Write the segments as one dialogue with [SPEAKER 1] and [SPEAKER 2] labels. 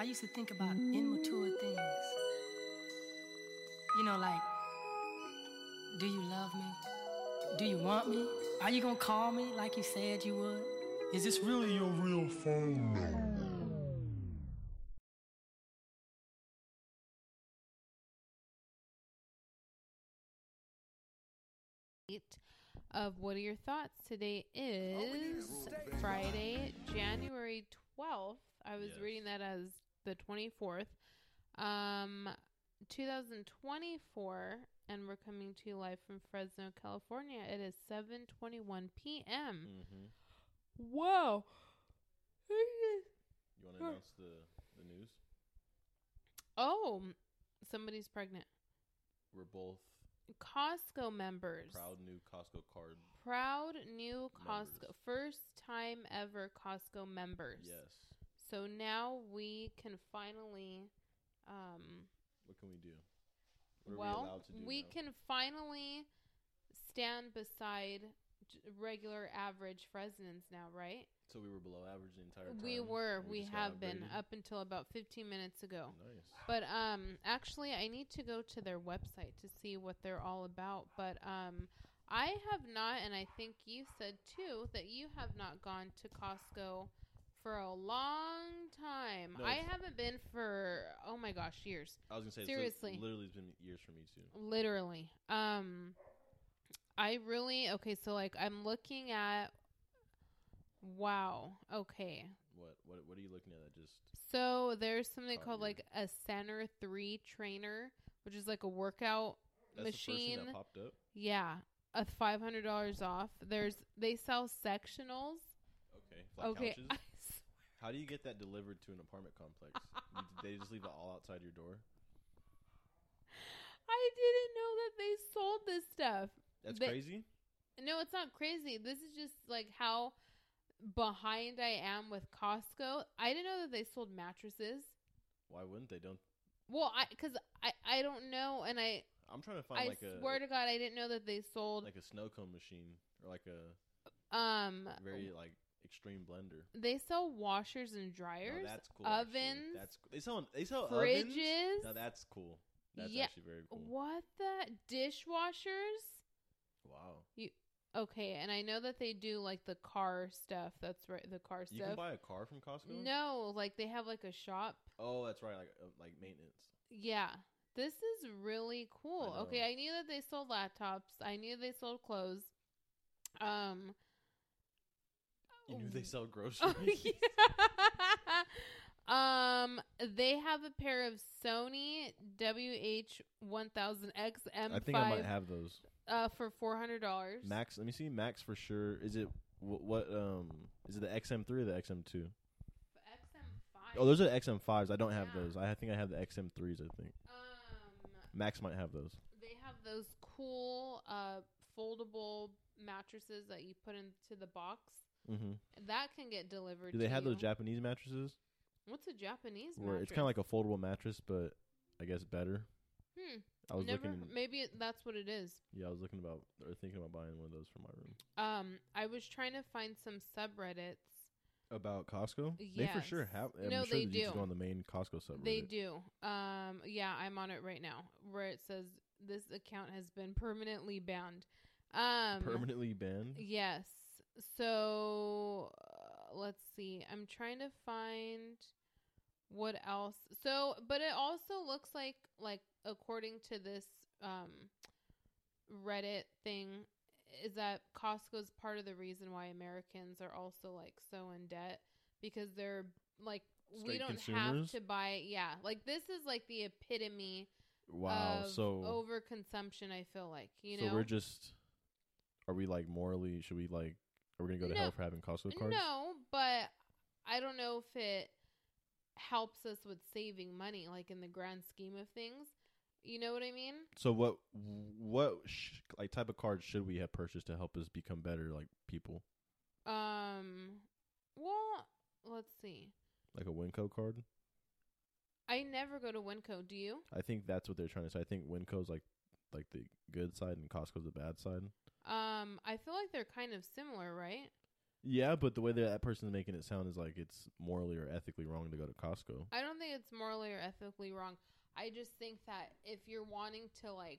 [SPEAKER 1] I used to think about immature things. You know, like, do you love me? Do you want me? Are you gonna call me like you said you would? Is this really your real phone number?
[SPEAKER 2] of what are your thoughts today
[SPEAKER 3] Oh,
[SPEAKER 2] is friday january 12th i was
[SPEAKER 3] Yes.
[SPEAKER 2] reading that as the 24th um 2024 and we're coming to you live from fresno california it is 7:21 p.m
[SPEAKER 3] Mm-hmm.
[SPEAKER 2] whoa
[SPEAKER 3] You want to
[SPEAKER 2] Huh.
[SPEAKER 3] announce the, the news?
[SPEAKER 2] oh somebody's pregnant
[SPEAKER 3] We're both
[SPEAKER 2] costco members
[SPEAKER 3] proud new Costco card.
[SPEAKER 2] Proud new
[SPEAKER 3] Members.
[SPEAKER 2] Costco, first time ever Costco members.
[SPEAKER 3] Yes.
[SPEAKER 2] So now we can finally, um,
[SPEAKER 3] What can we do? What are we
[SPEAKER 2] well,
[SPEAKER 3] allowed to do? now?
[SPEAKER 2] can finally stand beside j- regular average Fresnans now, right?
[SPEAKER 3] So we were below average the entire time.
[SPEAKER 2] We were,
[SPEAKER 3] and
[SPEAKER 2] we,
[SPEAKER 3] just got
[SPEAKER 2] have been
[SPEAKER 3] upgraded?
[SPEAKER 2] up until about 15 minutes ago.
[SPEAKER 3] Nice.
[SPEAKER 2] But um, actually, I need to go to their website to see what they're all about. But um, I have not, and I think you said too that you have not gone to Costco for a long time.
[SPEAKER 3] No,
[SPEAKER 2] I
[SPEAKER 3] it's-
[SPEAKER 2] haven't been for oh my gosh, years,
[SPEAKER 3] I was gonna say
[SPEAKER 2] Seriously.
[SPEAKER 3] It's li- literally, it's been years for me too.
[SPEAKER 2] literally. Um, I really okay. So like, I'm looking at. Wow. Okay.
[SPEAKER 3] What? What? What are you looking at? That just
[SPEAKER 2] So there's something called
[SPEAKER 3] Oh,
[SPEAKER 2] like a Center 3 trainer, which is like a workout
[SPEAKER 3] that's the first thing
[SPEAKER 2] machine.
[SPEAKER 3] that popped up.
[SPEAKER 2] Yeah. A five hundred dollars off. There's they sell sectionals.
[SPEAKER 3] Okay. Flat
[SPEAKER 2] okay,
[SPEAKER 3] Couches.
[SPEAKER 2] I s-
[SPEAKER 3] How do you get that delivered to an apartment complex? You- they just leave it all outside your door.
[SPEAKER 2] I didn't know that they sold this stuff.
[SPEAKER 3] That's
[SPEAKER 2] They-
[SPEAKER 3] crazy.
[SPEAKER 2] No, it's not crazy. This is just like how behind I am with Costco. I didn't know that they sold mattresses.
[SPEAKER 3] Why wouldn't they? Don't.
[SPEAKER 2] Well, I because I I don't know, and I
[SPEAKER 3] I'm trying to find
[SPEAKER 2] I
[SPEAKER 3] like a
[SPEAKER 2] swear to God I didn't know that they sold
[SPEAKER 3] like a snow cone machine or like a
[SPEAKER 2] um
[SPEAKER 3] very like extreme blender.
[SPEAKER 2] they sell washers and
[SPEAKER 3] No,
[SPEAKER 2] dryers.
[SPEAKER 3] Oh, that's cool. actually.
[SPEAKER 2] ovens,
[SPEAKER 3] That's cool. They sell they sell ovens.
[SPEAKER 2] fridges.
[SPEAKER 3] Now that's cool. That's
[SPEAKER 2] Yeah.
[SPEAKER 3] actually very cool.
[SPEAKER 2] What the dishwashers?
[SPEAKER 3] Wow.
[SPEAKER 2] Okay, and I know that they do like the car stuff. That's right, the car
[SPEAKER 3] You can
[SPEAKER 2] stuff.
[SPEAKER 3] buy a car from Costco.
[SPEAKER 2] No, like they have like a shop.
[SPEAKER 3] Oh, that's right. Like uh, like maintenance.
[SPEAKER 2] Yeah. This is really cool.
[SPEAKER 3] I
[SPEAKER 2] okay,
[SPEAKER 3] know.
[SPEAKER 2] I knew that they sold laptops. I knew they sold clothes. Um
[SPEAKER 3] You knew they sell groceries.
[SPEAKER 2] Oh, yeah. um they have a pair of Sony WH1000XM5
[SPEAKER 3] I think I might have those.
[SPEAKER 2] uh for $400.
[SPEAKER 3] Max, let me see. Max for sure. Is it what? what um, is it the XM3 or the XM2?
[SPEAKER 2] XM5.
[SPEAKER 3] Oh, those are the XM5s. I don't have
[SPEAKER 2] Yeah.
[SPEAKER 3] those. I think I have the XM3s. I think
[SPEAKER 2] um
[SPEAKER 3] Max might have those.
[SPEAKER 2] They have those cool uh, foldable mattresses that you put into the box.
[SPEAKER 3] hmm
[SPEAKER 2] That can get delivered.
[SPEAKER 3] Do they
[SPEAKER 2] to
[SPEAKER 3] have those
[SPEAKER 2] you.
[SPEAKER 3] Japanese mattresses?
[SPEAKER 2] What's a Japanese
[SPEAKER 3] Where
[SPEAKER 2] mattress?
[SPEAKER 3] it's kind of like a foldable mattress, but I guess better.
[SPEAKER 2] Hmm.
[SPEAKER 3] I was
[SPEAKER 2] Never.
[SPEAKER 3] looking.
[SPEAKER 2] Maybe it- that's what it is.
[SPEAKER 3] Yeah, I was looking about or thinking about buying one of those for my room.
[SPEAKER 2] Um, I was trying to find some subreddits.
[SPEAKER 3] About Costco, they for sure
[SPEAKER 2] Yes.
[SPEAKER 3] have. I'm
[SPEAKER 2] No,
[SPEAKER 3] sure
[SPEAKER 2] they
[SPEAKER 3] that You
[SPEAKER 2] do.
[SPEAKER 3] could go on the main Costco subreddit.
[SPEAKER 2] They do. Um, yeah, I'm on it right now, where it says this account has been permanently banned. Um,
[SPEAKER 3] permanently banned.
[SPEAKER 2] Yes. So uh, let's see. I'm trying to find what else. So, but it also looks like like according to this um Reddit thing is that Costco's part of the reason why Americans are also like so in debt because they're like we
[SPEAKER 3] straight
[SPEAKER 2] don't have
[SPEAKER 3] consumers?
[SPEAKER 2] to buy. Yeah, like this is like the epitome
[SPEAKER 3] Wow.
[SPEAKER 2] of
[SPEAKER 3] so
[SPEAKER 2] overconsumption. I feel like you
[SPEAKER 3] so
[SPEAKER 2] know.
[SPEAKER 3] we're just are we like morally should we like are we gonna go to
[SPEAKER 2] No.
[SPEAKER 3] hell for having Costco cards?
[SPEAKER 2] No, but I don't know if it helps us with saving money, like in the grand scheme of things. You know what I mean?
[SPEAKER 3] So what what sh- like type of cards should we have purchased to help us become better like people?
[SPEAKER 2] Um, well, let's see.
[SPEAKER 3] Like a Winco card?
[SPEAKER 2] I never go to Winco. Do you?
[SPEAKER 3] I think that's what they're trying to say. I think Winco's like like the good side and Costco's the bad side.
[SPEAKER 2] Um, I feel like they're kind of similar, right?
[SPEAKER 3] Yeah, but the way that that person's making it sound is like it's morally or ethically wrong to go to Costco.
[SPEAKER 2] I don't think it's morally or ethically wrong. I just think that if you're wanting to like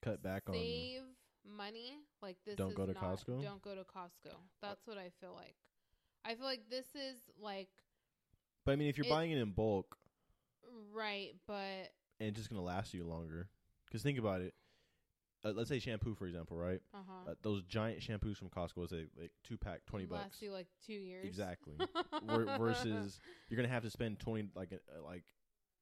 [SPEAKER 3] Cut back on
[SPEAKER 2] save money, like this
[SPEAKER 3] Don't
[SPEAKER 2] is
[SPEAKER 3] go to
[SPEAKER 2] not-
[SPEAKER 3] Costco?
[SPEAKER 2] Don't go to Costco. That's what I feel like. I feel like this is like
[SPEAKER 3] But I mean if you're
[SPEAKER 2] it-
[SPEAKER 3] buying it in bulk
[SPEAKER 2] right, but
[SPEAKER 3] and it's just going to last you longer. Cuz think about it. Uh, let's say shampoo for example, right?
[SPEAKER 2] uh huh.
[SPEAKER 3] Uh, those giant shampoos from Costco is a like two pack 20 bucks.
[SPEAKER 2] Last you like two years.
[SPEAKER 3] Exactly. Ver- versus you're gonna have to spend twenty like uh, like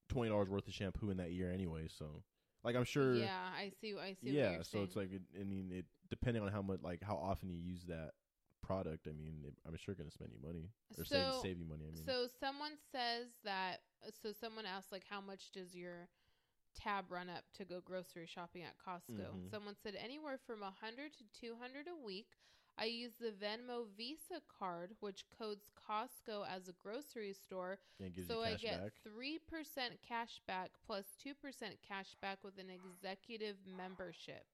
[SPEAKER 3] twenty dollars worth of shampoo in that year anyway. So like I'm sure
[SPEAKER 2] Yeah, I see. I see.
[SPEAKER 3] yeah,
[SPEAKER 2] What you're
[SPEAKER 3] so it's
[SPEAKER 2] saying.
[SPEAKER 3] like it, I mean it depending on how much like how often you use that product. I mean it, I'm sure gonna spend you money or
[SPEAKER 2] So-
[SPEAKER 3] save, save you money. I mean
[SPEAKER 2] So someone says that. uh, So someone asked like, how much does your tab run up to go grocery shopping at Costco?
[SPEAKER 3] Mhm.
[SPEAKER 2] Someone said anywhere from a hundred to two hundred a week. I use the Venmo Visa card, which codes Costco as a grocery store,
[SPEAKER 3] and it gives
[SPEAKER 2] so
[SPEAKER 3] you
[SPEAKER 2] I
[SPEAKER 3] cash
[SPEAKER 2] get
[SPEAKER 3] back.
[SPEAKER 2] three percent cash back plus two percent cash back with an executive membership.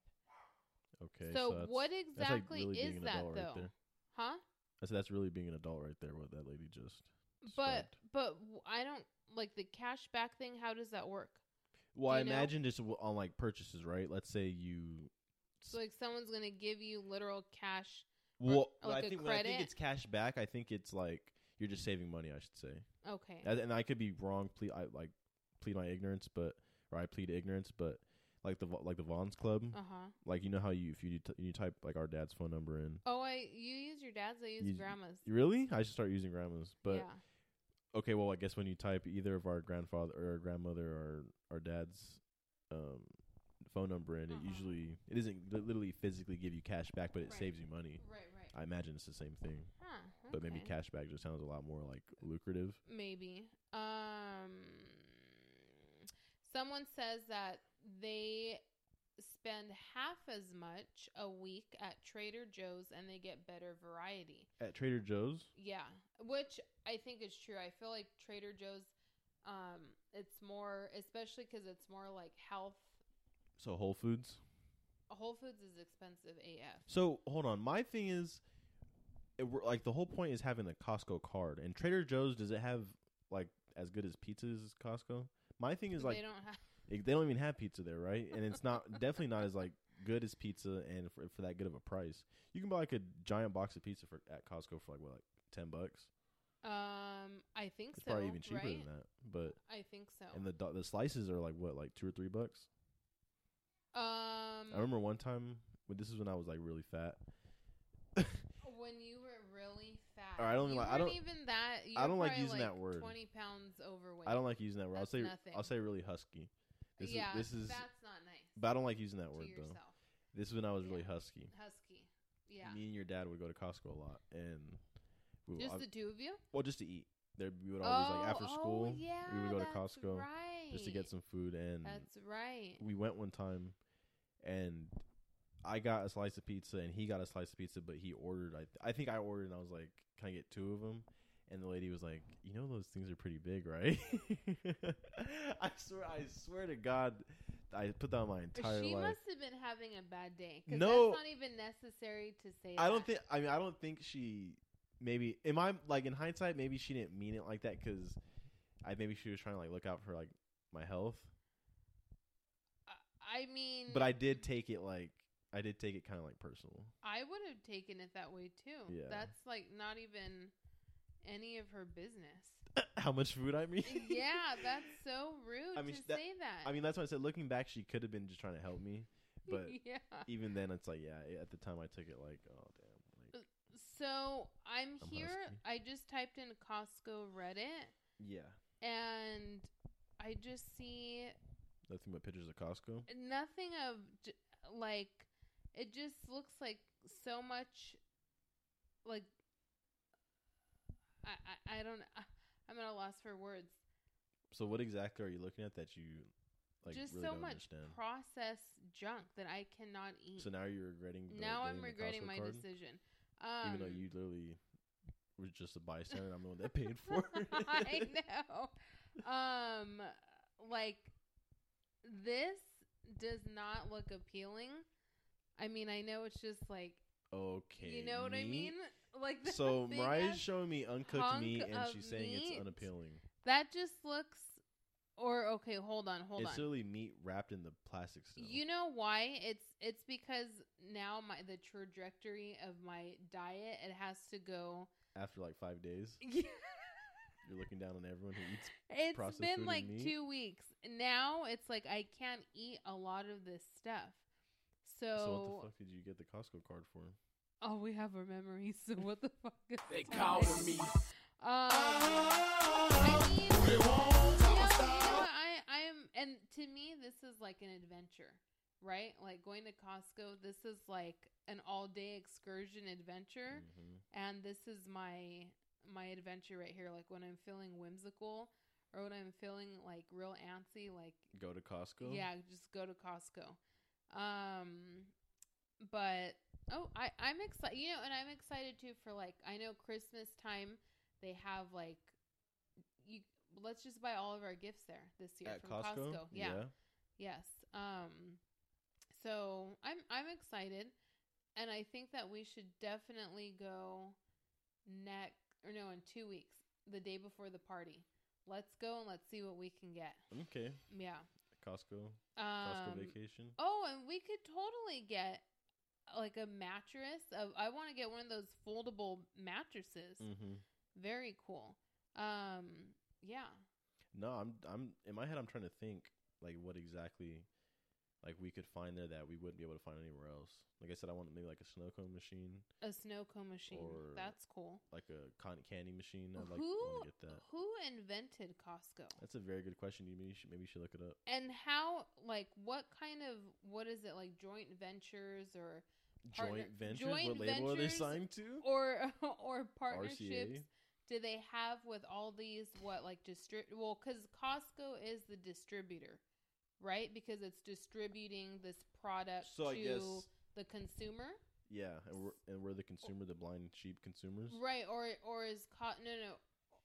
[SPEAKER 3] Okay,
[SPEAKER 2] so,
[SPEAKER 3] that's,
[SPEAKER 2] what
[SPEAKER 3] that's like
[SPEAKER 2] exactly
[SPEAKER 3] really
[SPEAKER 2] is
[SPEAKER 3] being an
[SPEAKER 2] that
[SPEAKER 3] adult
[SPEAKER 2] though?
[SPEAKER 3] right there.
[SPEAKER 2] Huh?
[SPEAKER 3] That's, that's really being an adult right there. What that lady just.
[SPEAKER 2] But
[SPEAKER 3] described.
[SPEAKER 2] but w- I don't like the cash back thing. How does that work?
[SPEAKER 3] well,
[SPEAKER 2] do
[SPEAKER 3] I
[SPEAKER 2] you know?
[SPEAKER 3] imagine just w- on like purchases, right? Let's say you
[SPEAKER 2] So like someone's gonna give you literal cash. Or-
[SPEAKER 3] Well,
[SPEAKER 2] or like
[SPEAKER 3] I
[SPEAKER 2] a
[SPEAKER 3] think when I think
[SPEAKER 2] credit?
[SPEAKER 3] it's cash back. I think it's like you're just saving money. I should say,
[SPEAKER 2] Okay.
[SPEAKER 3] and, and I could be wrong. Plead, I like plead my ignorance, but or I plead ignorance, but like the Vo- like the Vaughn's Club,
[SPEAKER 2] Uh huh.
[SPEAKER 3] like you know how you if you t- you type like our dad's phone number in.
[SPEAKER 2] Oh, I you use your dad's. I use
[SPEAKER 3] You-
[SPEAKER 2] grandma's.
[SPEAKER 3] Really, I should start using grandma's. But
[SPEAKER 2] yeah.
[SPEAKER 3] okay, well, I guess when you type either of our grandfather or our grandmother or our dad's um, phone number in,
[SPEAKER 2] Uh-huh.
[SPEAKER 3] it usually it doesn't li- literally physically give you cash back, but it
[SPEAKER 2] Right.
[SPEAKER 3] saves you money.
[SPEAKER 2] Right. Right.
[SPEAKER 3] I imagine it's the same thing.
[SPEAKER 2] Huh,
[SPEAKER 3] but maybe
[SPEAKER 2] okay. Uh,
[SPEAKER 3] cashback just sounds a lot more like lucrative.
[SPEAKER 2] Maybe. Um someone says that they spend half as much a week at Trader Joe's and they get better variety.
[SPEAKER 3] At Trader Joe's,
[SPEAKER 2] Yeah, which I think is true. I feel like Trader Joe's um it's more especially cuz it's more like health
[SPEAKER 3] so Whole Foods.
[SPEAKER 2] Whole Foods is expensive AF.
[SPEAKER 3] So hold on, my thing is, it, we like the whole point is having the Costco card. And Trader Joe's does it have like as good as pizzas as Costco? My thing is like
[SPEAKER 2] they don't have
[SPEAKER 3] it- they don't even have pizza there, right? And it's not definitely not as like good as pizza and for, for that good of a price. You can buy like a giant box of pizza for at Costco for like what like ten bucks.
[SPEAKER 2] um I think
[SPEAKER 3] It's
[SPEAKER 2] so.
[SPEAKER 3] probably even cheaper
[SPEAKER 2] right? Oh.
[SPEAKER 3] than that. But
[SPEAKER 2] I think so.
[SPEAKER 3] and the do- the slices are like what like two or three bucks.
[SPEAKER 2] um
[SPEAKER 3] I remember one time when this is when I was like really fat.
[SPEAKER 2] When you were really fat.
[SPEAKER 3] Or I don't
[SPEAKER 2] you
[SPEAKER 3] like- I
[SPEAKER 2] weren't
[SPEAKER 3] don't-
[SPEAKER 2] even that. You
[SPEAKER 3] I
[SPEAKER 2] were
[SPEAKER 3] don't like
[SPEAKER 2] probably,
[SPEAKER 3] using that word.
[SPEAKER 2] Twenty pounds overweight.
[SPEAKER 3] I don't like using that word. I'll
[SPEAKER 2] That's
[SPEAKER 3] say
[SPEAKER 2] nothing.
[SPEAKER 3] I'll say really husky. This
[SPEAKER 2] yeah,
[SPEAKER 3] is this is
[SPEAKER 2] that's not nice.
[SPEAKER 3] but I don't like using that
[SPEAKER 2] to
[SPEAKER 3] word
[SPEAKER 2] yourself.
[SPEAKER 3] though. This is when I was really
[SPEAKER 2] Yeah.
[SPEAKER 3] husky.
[SPEAKER 2] Husky. Yeah.
[SPEAKER 3] Me and your dad would go to Costco a lot and we would,
[SPEAKER 2] Just
[SPEAKER 3] al-
[SPEAKER 2] the two of you.
[SPEAKER 3] well just to eat. There we would always like after
[SPEAKER 2] Oh,
[SPEAKER 3] school
[SPEAKER 2] oh, yeah,
[SPEAKER 3] we would go to
[SPEAKER 2] that's
[SPEAKER 3] Costco
[SPEAKER 2] right.
[SPEAKER 3] just to get some food and
[SPEAKER 2] That's right.
[SPEAKER 3] we went one time and I got a slice of pizza and he got a slice of pizza, but he ordered. I, I think I ordered and I was like, "Can I get two of them?" And the lady was like, "You know those things are pretty big, right?" I swear, I swear to God, I put that on my entire
[SPEAKER 2] she
[SPEAKER 3] life.
[SPEAKER 2] must have been having a bad day. 'cause
[SPEAKER 3] No.
[SPEAKER 2] that's not even necessary to say.
[SPEAKER 3] I don't
[SPEAKER 2] that.
[SPEAKER 3] think. I mean, I don't think she. Maybe in my like in hindsight, maybe she didn't mean it like that because I maybe she was trying to like look out for like my health.
[SPEAKER 2] I, I mean,
[SPEAKER 3] But I did take it like I did take it kind of like personal.
[SPEAKER 2] I would have taken it that way too.
[SPEAKER 3] Yeah.
[SPEAKER 2] That's like not even any of her business.
[SPEAKER 3] How much food I mean?
[SPEAKER 2] yeah, that's so rude
[SPEAKER 3] I mean,
[SPEAKER 2] to
[SPEAKER 3] that-
[SPEAKER 2] say that.
[SPEAKER 3] I mean, that's why I said looking back, she could have been just trying to help me. But
[SPEAKER 2] yeah.
[SPEAKER 3] even then, it's like, yeah, at the time I took it like, oh, damn. Like,
[SPEAKER 2] So I'm,
[SPEAKER 3] I'm
[SPEAKER 2] here.
[SPEAKER 3] husky.
[SPEAKER 2] I just typed in Costco Reddit,
[SPEAKER 3] Yeah,
[SPEAKER 2] and I just see
[SPEAKER 3] nothing but pictures of Costco.
[SPEAKER 2] nothing of j- like it just looks like so much like I I, I don't I, I'm at a loss for words.
[SPEAKER 3] So what exactly are you looking at that you like
[SPEAKER 2] just
[SPEAKER 3] really
[SPEAKER 2] so
[SPEAKER 3] don't
[SPEAKER 2] much
[SPEAKER 3] understand?
[SPEAKER 2] processed junk that I cannot eat.
[SPEAKER 3] so now you're regretting. the
[SPEAKER 2] now
[SPEAKER 3] getting
[SPEAKER 2] I'm
[SPEAKER 3] the
[SPEAKER 2] regretting
[SPEAKER 3] Costco
[SPEAKER 2] my
[SPEAKER 3] card?
[SPEAKER 2] decision. Um,
[SPEAKER 3] even though you literally was just a bystander. I'm the one that paid for it.
[SPEAKER 2] I know. Um, like this does not look appealing. I mean, I know it's just like
[SPEAKER 3] Okay,
[SPEAKER 2] you know what I
[SPEAKER 3] meat?
[SPEAKER 2] mean. Like that
[SPEAKER 3] So
[SPEAKER 2] thing
[SPEAKER 3] Mariah's
[SPEAKER 2] has-
[SPEAKER 3] showing me uncooked
[SPEAKER 2] hunk
[SPEAKER 3] meat, and
[SPEAKER 2] of
[SPEAKER 3] she's saying
[SPEAKER 2] meat.
[SPEAKER 3] it's unappealing.
[SPEAKER 2] that just looks. Or okay, hold on, hold
[SPEAKER 3] it's
[SPEAKER 2] on.
[SPEAKER 3] literally meat wrapped in the plastic still.
[SPEAKER 2] You know why? It's it's because now my the trajectory of my diet it has to go.
[SPEAKER 3] After like five days, you're looking down on everyone who eats.
[SPEAKER 2] It's
[SPEAKER 3] Processed food
[SPEAKER 2] been
[SPEAKER 3] and
[SPEAKER 2] like
[SPEAKER 3] meat?
[SPEAKER 2] two weeks. Now it's like I can't eat a lot of this stuff. So,
[SPEAKER 3] So what the fuck did you get the Costco card for?
[SPEAKER 2] oh, we have our memories. So what the fuck? Is
[SPEAKER 4] They
[SPEAKER 2] that?
[SPEAKER 4] call me.
[SPEAKER 2] Um, I mean, you know, you know what? I I am, and to me, this is like an adventure, right? Like going to Costco. This is like an all-day excursion adventure.
[SPEAKER 3] Mhm.
[SPEAKER 2] and this is my my adventure right here like when i'm feeling whimsical or when i'm feeling like real antsy like
[SPEAKER 3] Go to Costco.
[SPEAKER 2] yeah just go to costco um but oh i i'm excited you know and i'm excited too for like i know christmas time they have like you let's just buy all of our gifts there this year
[SPEAKER 3] at
[SPEAKER 2] from
[SPEAKER 3] Costco.
[SPEAKER 2] yeah. Yes. Um so I'm I'm excited and I think that we should definitely go next or no in 2 weeks, the day before the party. Let's go and let's see what we can get.
[SPEAKER 3] Okay.
[SPEAKER 2] Yeah.
[SPEAKER 3] Costco. Costco
[SPEAKER 2] Um
[SPEAKER 3] vacation.
[SPEAKER 2] Oh, and we could totally get like a mattress of I want to get one of those foldable mattresses.
[SPEAKER 3] Mm-hmm.
[SPEAKER 2] Very cool. Um yeah.
[SPEAKER 3] No, I'm I'm in my head. I'm trying to think like what exactly like we could find there that we wouldn't be able to find anywhere else. Like I said, I want maybe like a snow cone machine,
[SPEAKER 2] A snow cone machine.
[SPEAKER 3] Or-
[SPEAKER 2] That's cool.
[SPEAKER 3] like a cotton candy machine. I'd like
[SPEAKER 2] who
[SPEAKER 3] want to get that.
[SPEAKER 2] who invented Costco?
[SPEAKER 3] That's a very good question. You maybe you should, maybe you should look it up.
[SPEAKER 2] And how like what kind of what is it like joint ventures or Partner-
[SPEAKER 3] joint ventures.
[SPEAKER 2] joint
[SPEAKER 3] what label are they
[SPEAKER 2] ventures
[SPEAKER 3] signed to?
[SPEAKER 2] or or partnerships do they have with all these what like distrib well cuz Costco is the distributor, right? Because it's distributing this product
[SPEAKER 3] So
[SPEAKER 2] to
[SPEAKER 3] I guess
[SPEAKER 2] the consumer.
[SPEAKER 3] yeah, and we're and we're the consumer, the blind sheep consumers.
[SPEAKER 2] Right, or or is Co- no no,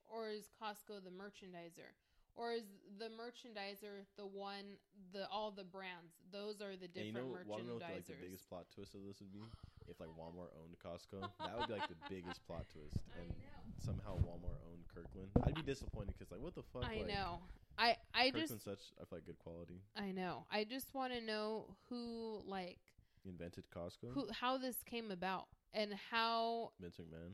[SPEAKER 2] or is Costco the merchandiser, or is the merchandiser the one the all the brands? Those are the
[SPEAKER 3] And you
[SPEAKER 2] different
[SPEAKER 3] know what wanna know what the, like the
[SPEAKER 2] merchandisers.
[SPEAKER 3] biggest plot twist of this would be? If like Walmart owned Costco, that would be like the biggest plot twist.
[SPEAKER 2] I
[SPEAKER 3] And
[SPEAKER 2] know.
[SPEAKER 3] somehow Walmart owned Kirkland. I'd be disappointed because like what the fuck?
[SPEAKER 2] I
[SPEAKER 3] like,
[SPEAKER 2] know. I I
[SPEAKER 3] Kirkland's
[SPEAKER 2] just
[SPEAKER 3] such I feel like good quality.
[SPEAKER 2] I know. I just want to know who like
[SPEAKER 3] Invented Costco.
[SPEAKER 2] who how this came about and how
[SPEAKER 3] Vince McMahon.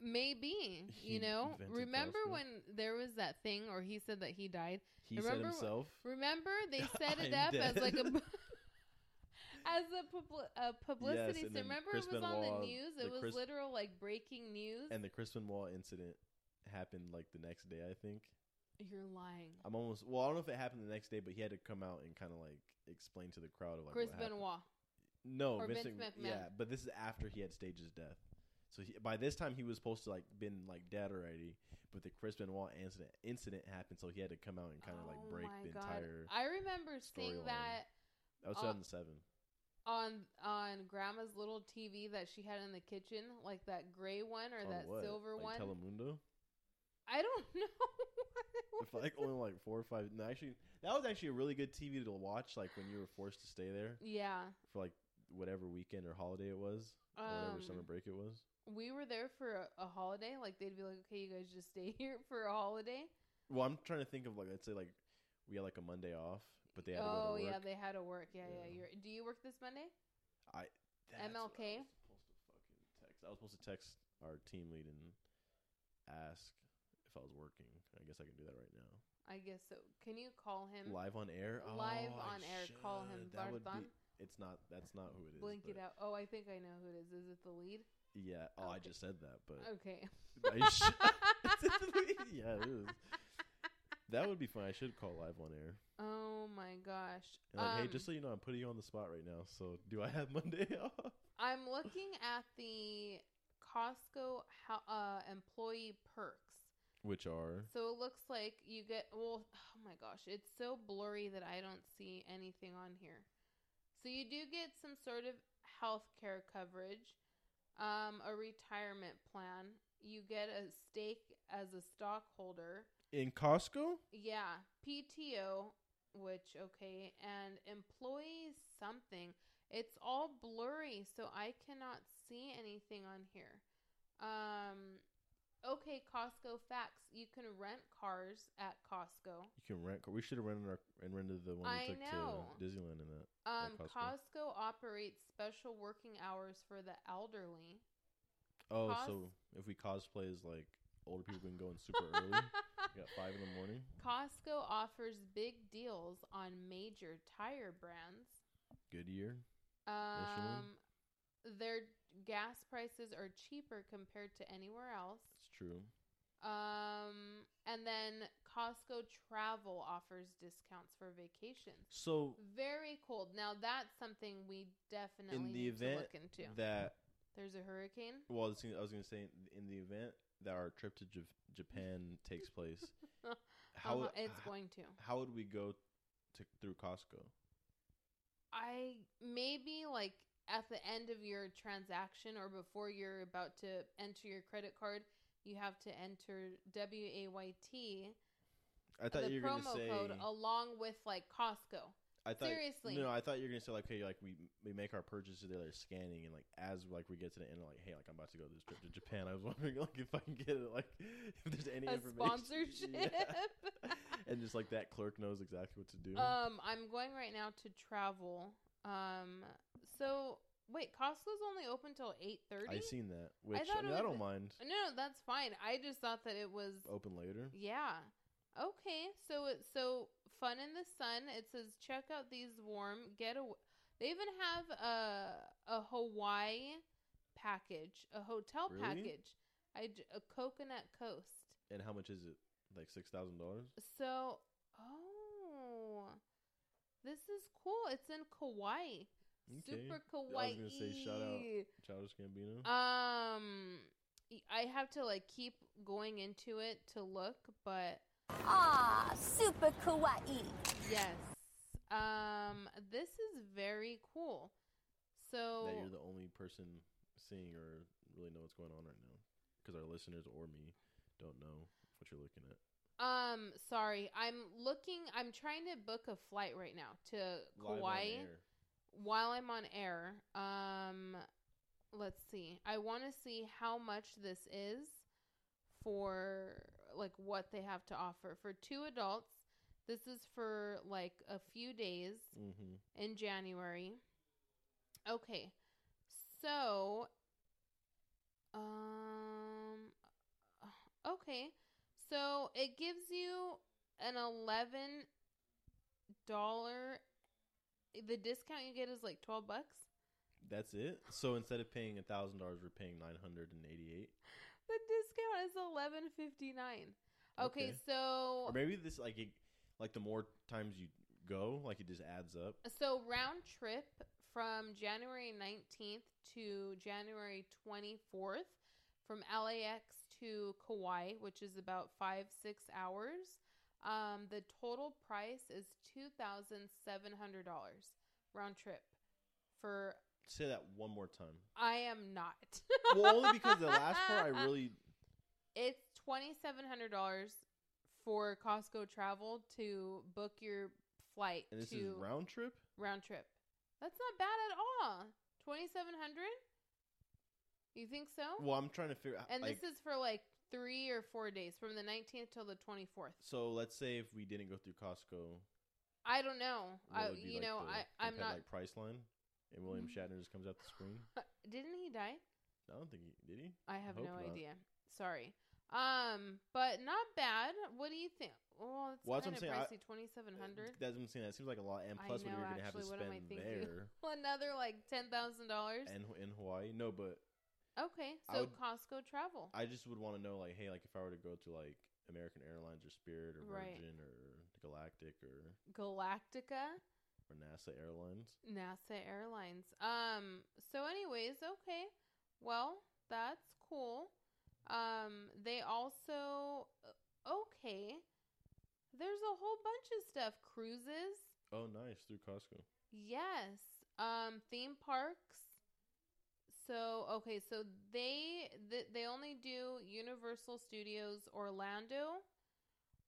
[SPEAKER 2] maybe
[SPEAKER 3] He
[SPEAKER 2] you know.
[SPEAKER 3] invented
[SPEAKER 2] Remember
[SPEAKER 3] Costco.
[SPEAKER 2] when there was that thing, or he said that he died.
[SPEAKER 3] He
[SPEAKER 2] Remember
[SPEAKER 3] said
[SPEAKER 2] wh-
[SPEAKER 3] himself.
[SPEAKER 2] Remember they set it
[SPEAKER 3] I'm
[SPEAKER 2] up as like a
[SPEAKER 3] dead.
[SPEAKER 2] as a, publi- a publicity.
[SPEAKER 3] and
[SPEAKER 2] so
[SPEAKER 3] then
[SPEAKER 2] remember
[SPEAKER 3] Chris
[SPEAKER 2] it was on
[SPEAKER 3] Benoit,
[SPEAKER 2] the news. It
[SPEAKER 3] the
[SPEAKER 2] was
[SPEAKER 3] Chris-
[SPEAKER 2] literal like breaking news.
[SPEAKER 3] and the Crispin Wall incident happened like the next day, I think.
[SPEAKER 2] You're lying,
[SPEAKER 3] I'm almost well. I don't know if it happened the next day, but he had to come out and kind of like explain to the crowd of like
[SPEAKER 2] Chris
[SPEAKER 3] what happened.
[SPEAKER 2] Benoit.
[SPEAKER 3] No,
[SPEAKER 2] Or
[SPEAKER 3] Vince
[SPEAKER 2] Vince
[SPEAKER 3] Mc-
[SPEAKER 2] McMahon.
[SPEAKER 3] Yeah, but this is after he had staged his death. So he, by this time he was supposed to like been like dead already, but the Chris Benoit incident incident happened, so he had to come out and kind of like
[SPEAKER 2] Oh
[SPEAKER 3] break
[SPEAKER 2] my
[SPEAKER 3] the
[SPEAKER 2] God.
[SPEAKER 3] entire.
[SPEAKER 2] I remember seeing
[SPEAKER 3] storyline.
[SPEAKER 2] that
[SPEAKER 3] That was
[SPEAKER 2] uh,
[SPEAKER 3] 2007.
[SPEAKER 2] on on Grandma's little TV that she had in the kitchen, like that gray one or
[SPEAKER 3] On
[SPEAKER 2] that
[SPEAKER 3] what?
[SPEAKER 2] silver
[SPEAKER 3] like
[SPEAKER 2] one.
[SPEAKER 3] Telemundo.
[SPEAKER 2] I don't know.
[SPEAKER 3] If like only like four or five. No, actually, that was actually a really good TV to watch. Like when you were forced to stay there
[SPEAKER 2] yeah,
[SPEAKER 3] for like whatever weekend or holiday it was, or whatever
[SPEAKER 2] Um,
[SPEAKER 3] summer break it was.
[SPEAKER 2] we were there for a, a holiday. Like they'd be like, "Okay, you guys just stay here for a holiday."
[SPEAKER 3] Well, I'm trying to think of like let's say like we had like a Monday off, but they had to go to
[SPEAKER 2] Oh
[SPEAKER 3] work.
[SPEAKER 2] yeah, they had to work. Yeah, yeah.
[SPEAKER 3] Yeah.
[SPEAKER 2] You're, do you work this Monday?
[SPEAKER 3] That's what
[SPEAKER 2] MLK?
[SPEAKER 3] I was supposed to fucking text. I was supposed to text our team lead and ask if I was working. I guess I can do that right now.
[SPEAKER 2] I guess so. Can you call him
[SPEAKER 3] Live on air. Oh,
[SPEAKER 2] live
[SPEAKER 3] I
[SPEAKER 2] on air? Call him
[SPEAKER 3] should. That would
[SPEAKER 2] Barton.
[SPEAKER 3] be. It's not. That's not who it is.
[SPEAKER 2] Blink it
[SPEAKER 3] but-
[SPEAKER 2] out. Oh, I think I know who it is. Is it the lead?
[SPEAKER 3] Yeah. Oh, I
[SPEAKER 2] Okay.
[SPEAKER 3] just said that, but
[SPEAKER 2] Okay.
[SPEAKER 3] I should. yeah, it is. That would be fun. I should call live on air.
[SPEAKER 2] Oh my gosh.
[SPEAKER 3] And like, hey,
[SPEAKER 2] Um,
[SPEAKER 3] just so you know, I'm putting you on the spot right now. So do I have Monday off?
[SPEAKER 2] I'm looking at the Costco ho- uh, employee perks.
[SPEAKER 3] Which are
[SPEAKER 2] So it looks like you get well. Oh my gosh, it's so blurry that I don't see anything on here. So you do get some sort of health care coverage, um, a retirement plan. You get a stake as a stockholder.
[SPEAKER 3] in Costco.
[SPEAKER 2] Yeah, PTO, which okay, and employee something. It's all blurry, so I cannot see anything on here. Um, okay, Costco facts. You can rent cars at Costco.
[SPEAKER 3] You can rent. We should have rented our and rented the one
[SPEAKER 2] I
[SPEAKER 3] we took
[SPEAKER 2] know.
[SPEAKER 3] to Disneyland in that.
[SPEAKER 2] Um,
[SPEAKER 3] Costco.
[SPEAKER 2] Costco operates special working hours for the elderly.
[SPEAKER 3] Oh,
[SPEAKER 2] Cos-
[SPEAKER 3] so if we cosplay as like older people, we can go in super early. We got five in the morning.
[SPEAKER 2] Costco offers big deals on major tire brands.
[SPEAKER 3] Goodyear. Michelin?
[SPEAKER 2] Um, their gas prices are cheaper compared to anywhere else.
[SPEAKER 3] It's true.
[SPEAKER 2] Um, and then Costco Travel offers discounts for vacations.
[SPEAKER 3] So
[SPEAKER 2] Very cold. Now that's something we definitely
[SPEAKER 3] the
[SPEAKER 2] need
[SPEAKER 3] event
[SPEAKER 2] to look into.
[SPEAKER 3] that
[SPEAKER 2] There's a hurricane.
[SPEAKER 3] well, I was gonna- I was going to say in the event that our trip to J- Japan takes place, how
[SPEAKER 2] Uh-huh,
[SPEAKER 3] would-
[SPEAKER 2] it's
[SPEAKER 3] h-
[SPEAKER 2] going to.
[SPEAKER 3] how would we go to through Costco?
[SPEAKER 2] I maybe like at the end of your transaction or before you're about to enter your credit card, you have to enter W A Y T
[SPEAKER 3] I thought
[SPEAKER 2] the
[SPEAKER 3] you were going to
[SPEAKER 2] promo
[SPEAKER 3] say.
[SPEAKER 2] code along with like Costco.
[SPEAKER 3] I thought
[SPEAKER 2] seriously.
[SPEAKER 3] no, I thought you were going to say like, hey, like we we make our purchases, they're like scanning, and like as like we get to the end, like, hey, like I'm about to go to this trip to Japan. I was wondering like if I can get it, like if there's any
[SPEAKER 2] A
[SPEAKER 3] information.
[SPEAKER 2] sponsorship.
[SPEAKER 3] Yeah. and just like that clerk knows exactly what to do.
[SPEAKER 2] um, I'm going right now to travel. Um, so wait, Costco's only open till eight
[SPEAKER 3] I
[SPEAKER 2] thirty.
[SPEAKER 3] seen that, which I,
[SPEAKER 2] thought it
[SPEAKER 3] mean, I
[SPEAKER 2] was-
[SPEAKER 3] don't mind
[SPEAKER 2] No, that's fine. I just thought that it was.
[SPEAKER 3] open later.
[SPEAKER 2] Yeah. Okay. So it so fun in the sun. It says check out these warm getaway. They even have a a Hawaii package, a hotel
[SPEAKER 3] Really?
[SPEAKER 2] package, I j- a Coconut Coast.
[SPEAKER 3] And how much is it? Like six thousand dollars.
[SPEAKER 2] So, oh, this is cool. It's in Kauai.
[SPEAKER 3] Okay.
[SPEAKER 2] Super
[SPEAKER 3] I
[SPEAKER 2] Kauai.
[SPEAKER 3] was gonna say, shout out. Childish Gambino.
[SPEAKER 2] Um, y- I have to like keep going into it to look, but
[SPEAKER 4] Ah, super kawaii.
[SPEAKER 2] yes. Um, this is very cool. So
[SPEAKER 3] that you're the only person seeing or really know what's going on right now, because our listeners or me don't know what you're looking at.
[SPEAKER 2] Um, sorry, I'm looking. I'm trying to book a flight right now to
[SPEAKER 3] Live on
[SPEAKER 2] Kauai
[SPEAKER 3] air.
[SPEAKER 2] while I'm on air. Um, let's see. I want to see how much this is for like what they have to offer for two adults. This is for like a few days
[SPEAKER 3] Mm-hmm.
[SPEAKER 2] in January. Okay. So um okay. So it gives you an 11 dollar the discount you get is like 12 bucks.
[SPEAKER 3] That's it. So instead of paying a thousand dollars, we're paying nine hundred and eighty-eight.
[SPEAKER 2] The discount is 11.59. Okay,
[SPEAKER 3] Okay.
[SPEAKER 2] so
[SPEAKER 3] Or maybe this like it, like the more times you go, like it just adds up.
[SPEAKER 2] So round trip from January 19th to January 24th from LAX to Kauai, which is about 5 6 hours. Um, the total price is $2,700 round trip for
[SPEAKER 3] Say that one more time.
[SPEAKER 2] I am not.
[SPEAKER 3] Well, only because the last part I really
[SPEAKER 2] It's $2,700 for Costco travel to book your flight
[SPEAKER 3] and this
[SPEAKER 2] to
[SPEAKER 3] is round trip.
[SPEAKER 2] round trip. That's not bad at all. Twenty seven hundred. You think so?
[SPEAKER 3] Well, I'm trying to figure out.
[SPEAKER 2] and
[SPEAKER 3] like,
[SPEAKER 2] this is for like three or four days, from the nineteenth till the twenty fourth.
[SPEAKER 3] so. Let's say if we didn't go through Costco,
[SPEAKER 2] I don't know.
[SPEAKER 3] what
[SPEAKER 2] I,
[SPEAKER 3] would be,
[SPEAKER 2] you
[SPEAKER 3] like,
[SPEAKER 2] know,
[SPEAKER 3] the
[SPEAKER 2] I, I'm
[SPEAKER 3] compared,
[SPEAKER 2] not. Mm-hmm.
[SPEAKER 3] like Priceline, and William Shatner just comes out the screen.
[SPEAKER 2] Didn't he die?
[SPEAKER 3] I don't think he did he.
[SPEAKER 2] I have
[SPEAKER 3] hope
[SPEAKER 2] no
[SPEAKER 3] not.
[SPEAKER 2] idea. Sorry. Um, but not bad. What do you think? Well, it's
[SPEAKER 3] Well, that's
[SPEAKER 2] kind
[SPEAKER 3] what I'm
[SPEAKER 2] of
[SPEAKER 3] saying. I-
[SPEAKER 2] pricey. Twenty seven hundred.
[SPEAKER 3] That's what I'm saying. That seems like a lot, and
[SPEAKER 2] I
[SPEAKER 3] plus what
[SPEAKER 2] know,
[SPEAKER 3] you're gonna have to
[SPEAKER 2] actually, what am I
[SPEAKER 3] spend
[SPEAKER 2] thinking?
[SPEAKER 3] there
[SPEAKER 2] Another like ten thousand dollars.
[SPEAKER 3] and in Hawaii. No, but
[SPEAKER 2] Okay,
[SPEAKER 3] I
[SPEAKER 2] so
[SPEAKER 3] would-
[SPEAKER 2] Costco travel.
[SPEAKER 3] I just would want to know, like, hey, like if I were to go to like American Airlines or Spirit or
[SPEAKER 2] Right.
[SPEAKER 3] Virgin or Galactic or
[SPEAKER 2] Galactica,
[SPEAKER 3] or NASA Airlines.
[SPEAKER 2] NASA Airlines. Um so anyways, okay. Well, that's cool. Um they also uh, okay. There's a whole bunch of stuff cruises.
[SPEAKER 3] Oh, nice through Costco.
[SPEAKER 2] Yes. Um theme parks. So, okay, so they th- they only do Universal Studios Orlando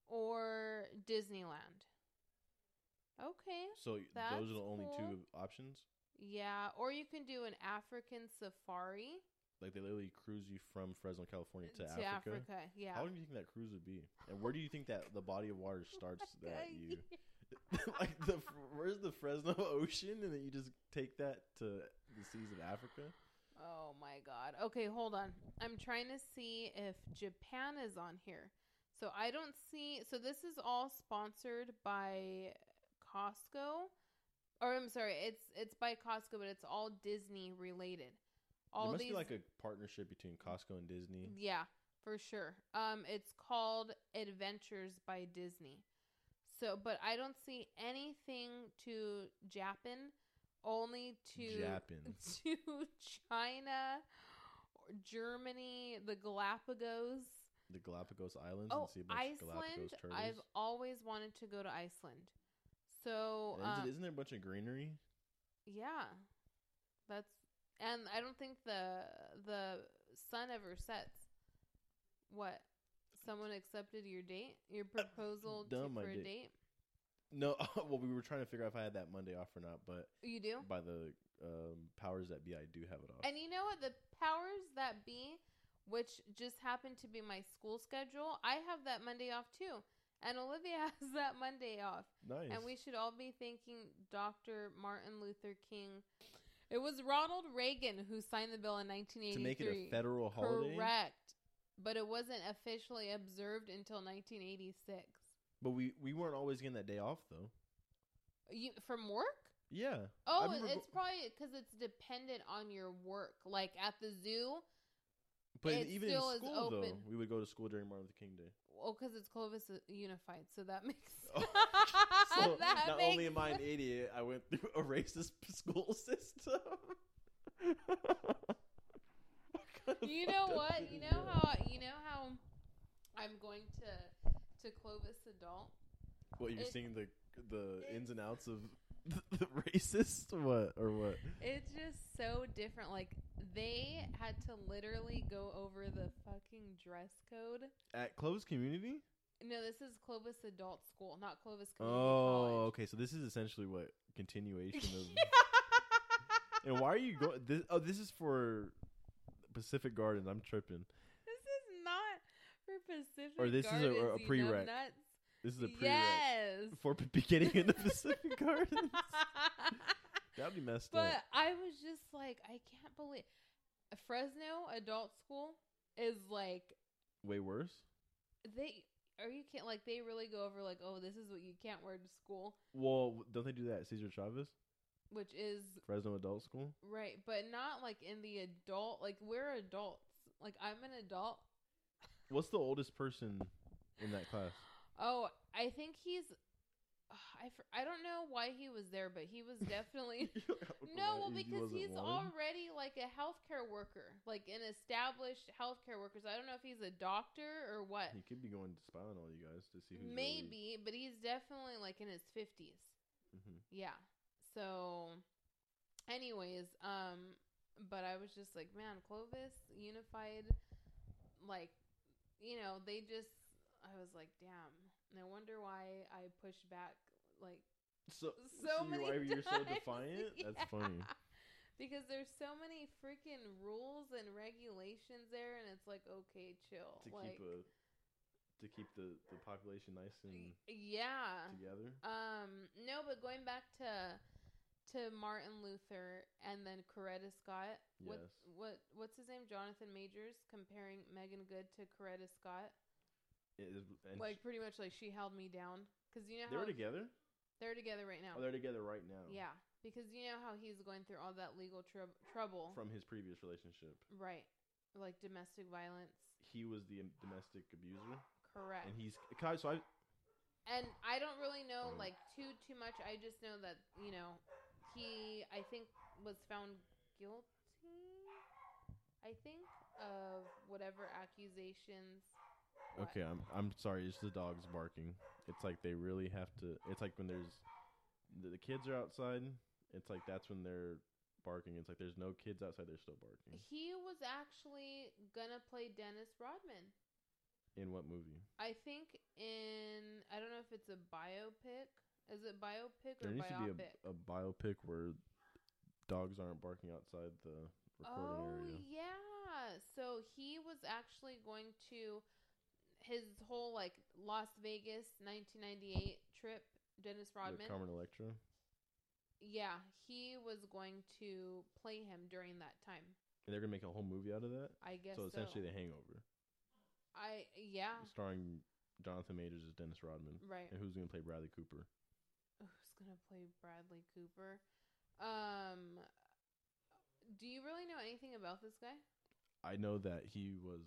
[SPEAKER 2] or Disneyland. Okay.
[SPEAKER 3] So y-
[SPEAKER 2] That's
[SPEAKER 3] those are the only two
[SPEAKER 2] cool.
[SPEAKER 3] options.
[SPEAKER 2] Yeah, or you can do an African safari
[SPEAKER 3] Like they literally cruise you from Fresno, California to,
[SPEAKER 2] to
[SPEAKER 3] Africa.
[SPEAKER 2] Africa. Yeah.
[SPEAKER 3] How long do you think that cruise would be? And where do you think that the body of water starts that you like the fr- where's the Fresno Ocean and then you just take that to the seas of Africa?
[SPEAKER 2] Oh my god. Okay, hold on. I'm trying to see if Japan is on here. So I don't see so this is all sponsored by Costco. Or I'm sorry, it's it's by Costco, but it's all Disney related. All
[SPEAKER 3] there must
[SPEAKER 2] these
[SPEAKER 3] be like a partnership between Costco and Disney.
[SPEAKER 2] Yeah, for sure. Um it's called Adventures by Disney. So but I don't see anything to Japan, only to
[SPEAKER 3] Japan.
[SPEAKER 2] to China, or Germany, the Galapagos.
[SPEAKER 3] The Galapagos Islands
[SPEAKER 2] Oh,
[SPEAKER 3] and see a bunch of
[SPEAKER 2] Iceland.
[SPEAKER 3] Galapagos turtles.
[SPEAKER 2] I've always wanted to go to Iceland. So,
[SPEAKER 3] And
[SPEAKER 2] um,
[SPEAKER 3] isn't, isn't there a bunch of greenery?
[SPEAKER 2] yeah. That's and I don't think the the sun ever sets. What? Someone accepted your date? Your proposal to,
[SPEAKER 3] dumb
[SPEAKER 2] for a
[SPEAKER 3] idea.
[SPEAKER 2] date?
[SPEAKER 3] No, well, we were trying to figure out if I had that Monday off or not, but
[SPEAKER 2] You do?
[SPEAKER 3] by the um, powers that be, I do have it off.
[SPEAKER 2] And you know what? The powers that be, which just happened to be my school schedule, I have that Monday off too. And Olivia has that Monday off.
[SPEAKER 3] nice.
[SPEAKER 2] And we should all be thanking Dr. Martin Luther King. It was Ronald Reagan who signed the bill in 1983.
[SPEAKER 3] to make it a federal holiday.
[SPEAKER 2] Correct. But it wasn't officially observed until 1986.
[SPEAKER 3] But we we weren't always getting that day off though.
[SPEAKER 2] You, from work?
[SPEAKER 3] Yeah. I
[SPEAKER 2] Oh,
[SPEAKER 3] remember
[SPEAKER 2] it's
[SPEAKER 3] go-
[SPEAKER 2] probably because it's dependent on your work. Like at the zoo,
[SPEAKER 3] but
[SPEAKER 2] it
[SPEAKER 3] even
[SPEAKER 2] still
[SPEAKER 3] in
[SPEAKER 2] is
[SPEAKER 3] school though,
[SPEAKER 2] open.
[SPEAKER 3] we would go to school during Martin Luther King Day.
[SPEAKER 2] Well, because it's Clovis uh, Unified, so that makes
[SPEAKER 3] So
[SPEAKER 2] that
[SPEAKER 3] not
[SPEAKER 2] makes
[SPEAKER 3] only am I an idiot, I went through a racist school system.
[SPEAKER 2] you know what you know how you know how I'm going to to Clovis Adult.
[SPEAKER 3] What you're
[SPEAKER 2] it-
[SPEAKER 3] seeing the the ins and outs of the, the racist what or what?
[SPEAKER 2] It's just so different. Like they had to literally go over the fucking dress code.
[SPEAKER 3] At closed community?
[SPEAKER 2] No, this is Clovis Adult School, not Clovis
[SPEAKER 3] Oh,
[SPEAKER 2] Community College.
[SPEAKER 3] okay. So this is essentially what continuation of. And why are you going? This, oh, this is for Pacific Gardens. I'm tripping.
[SPEAKER 2] This is not for Pacific
[SPEAKER 3] Or this is a-
[SPEAKER 2] Gardens,
[SPEAKER 3] a
[SPEAKER 2] you
[SPEAKER 3] prereq.
[SPEAKER 2] numbnuts.
[SPEAKER 3] This is a pre
[SPEAKER 2] yes.
[SPEAKER 3] for p- beginning in the Pacific Gardens. That'd be messed
[SPEAKER 2] But
[SPEAKER 3] up.
[SPEAKER 2] I was just like, I can't believe Fresno Adult School is like
[SPEAKER 3] Way worse.
[SPEAKER 2] they or you can't like they really go over like, oh, this is what you can't wear to school,
[SPEAKER 3] Well, w- don't they do that at Cesar Chavez
[SPEAKER 2] which is
[SPEAKER 3] Fresno Adult School?
[SPEAKER 2] right, but not like in the adult like we're adults. Like I'm an adult.
[SPEAKER 3] What's the oldest person in that class?
[SPEAKER 2] Oh, I think he's. I, fr- I don't know why he was there, but he was definitely No, well, because he's already like a healthcare worker, like an established healthcare worker. So I don't know if he's a doctor or what.
[SPEAKER 3] He could be going to spy on all you guys to see who's really-
[SPEAKER 2] Maybe, but he's definitely like in his 50s.
[SPEAKER 3] Mhm.
[SPEAKER 2] Yeah. So, anyways, um, but I was just like, man, Clovis Unified, like, you know, they just, I was like, damn, no wonder why I pushed back, like,
[SPEAKER 3] So,
[SPEAKER 2] so
[SPEAKER 3] so
[SPEAKER 2] many
[SPEAKER 3] why you're so
[SPEAKER 2] times.
[SPEAKER 3] defiant?
[SPEAKER 2] Yeah.
[SPEAKER 3] That's funny.
[SPEAKER 2] Because there's so many freaking rules and regulations there, and it's like, okay, chill.
[SPEAKER 3] To
[SPEAKER 2] like,
[SPEAKER 3] keep a, to keep the the population nice and
[SPEAKER 2] yeah.
[SPEAKER 3] together.
[SPEAKER 2] Um, no, but going back to to Martin Luther and then Coretta Scott. What
[SPEAKER 3] Yes.
[SPEAKER 2] what what's his name? Jonathan Majors comparing Megan Good to Coretta Scott.
[SPEAKER 3] It is, and
[SPEAKER 2] like pretty much like she held me down because you
[SPEAKER 3] they
[SPEAKER 2] know how
[SPEAKER 3] were together.
[SPEAKER 2] they're together right
[SPEAKER 3] Oh,
[SPEAKER 2] now.
[SPEAKER 3] they're together right now.
[SPEAKER 2] yeah, because you know how he's going through all that legal trou trouble,
[SPEAKER 3] from his previous relationship.
[SPEAKER 2] right? Like domestic violence.
[SPEAKER 3] He was the um, domestic abuser,
[SPEAKER 2] Correct.
[SPEAKER 3] and he's Kai. So I
[SPEAKER 2] and I don't really know
[SPEAKER 3] Mm.
[SPEAKER 2] like too too much. I just know that you know he I think was found guilty. I think of whatever accusations. what-
[SPEAKER 3] okay. I'm I'm sorry. It's the dogs barking. It's like they really have to. It's like when there's the, the kids are outside. It's like that's when they're barking. It's like there's no kids outside. They're still barking.
[SPEAKER 2] He was actually gonna play Dennis Rodman.
[SPEAKER 3] In what movie?
[SPEAKER 2] I think in I don't know if it's a biopic. Is it biopic or
[SPEAKER 3] There needs
[SPEAKER 2] biopic?
[SPEAKER 3] to be a, a biopic where dogs aren't barking outside the recording
[SPEAKER 2] oh
[SPEAKER 3] area.
[SPEAKER 2] yeah. So he was actually going to his whole like Las Vegas 1998 trip. Dennis
[SPEAKER 3] The
[SPEAKER 2] Rodman.
[SPEAKER 3] Carmen Electra.
[SPEAKER 2] Yeah, he was going to play him during that time.
[SPEAKER 3] And they're gonna make a whole movie out of that.
[SPEAKER 2] I guess
[SPEAKER 3] so
[SPEAKER 2] so.
[SPEAKER 3] essentially, The Hangover,
[SPEAKER 2] I yeah,
[SPEAKER 3] starring Jonathan Majors as Dennis Rodman,
[SPEAKER 2] right.
[SPEAKER 3] and who's gonna play Bradley Cooper?
[SPEAKER 2] Who's gonna play Bradley Cooper? Um, do you really know anything about this guy?
[SPEAKER 3] I know that he was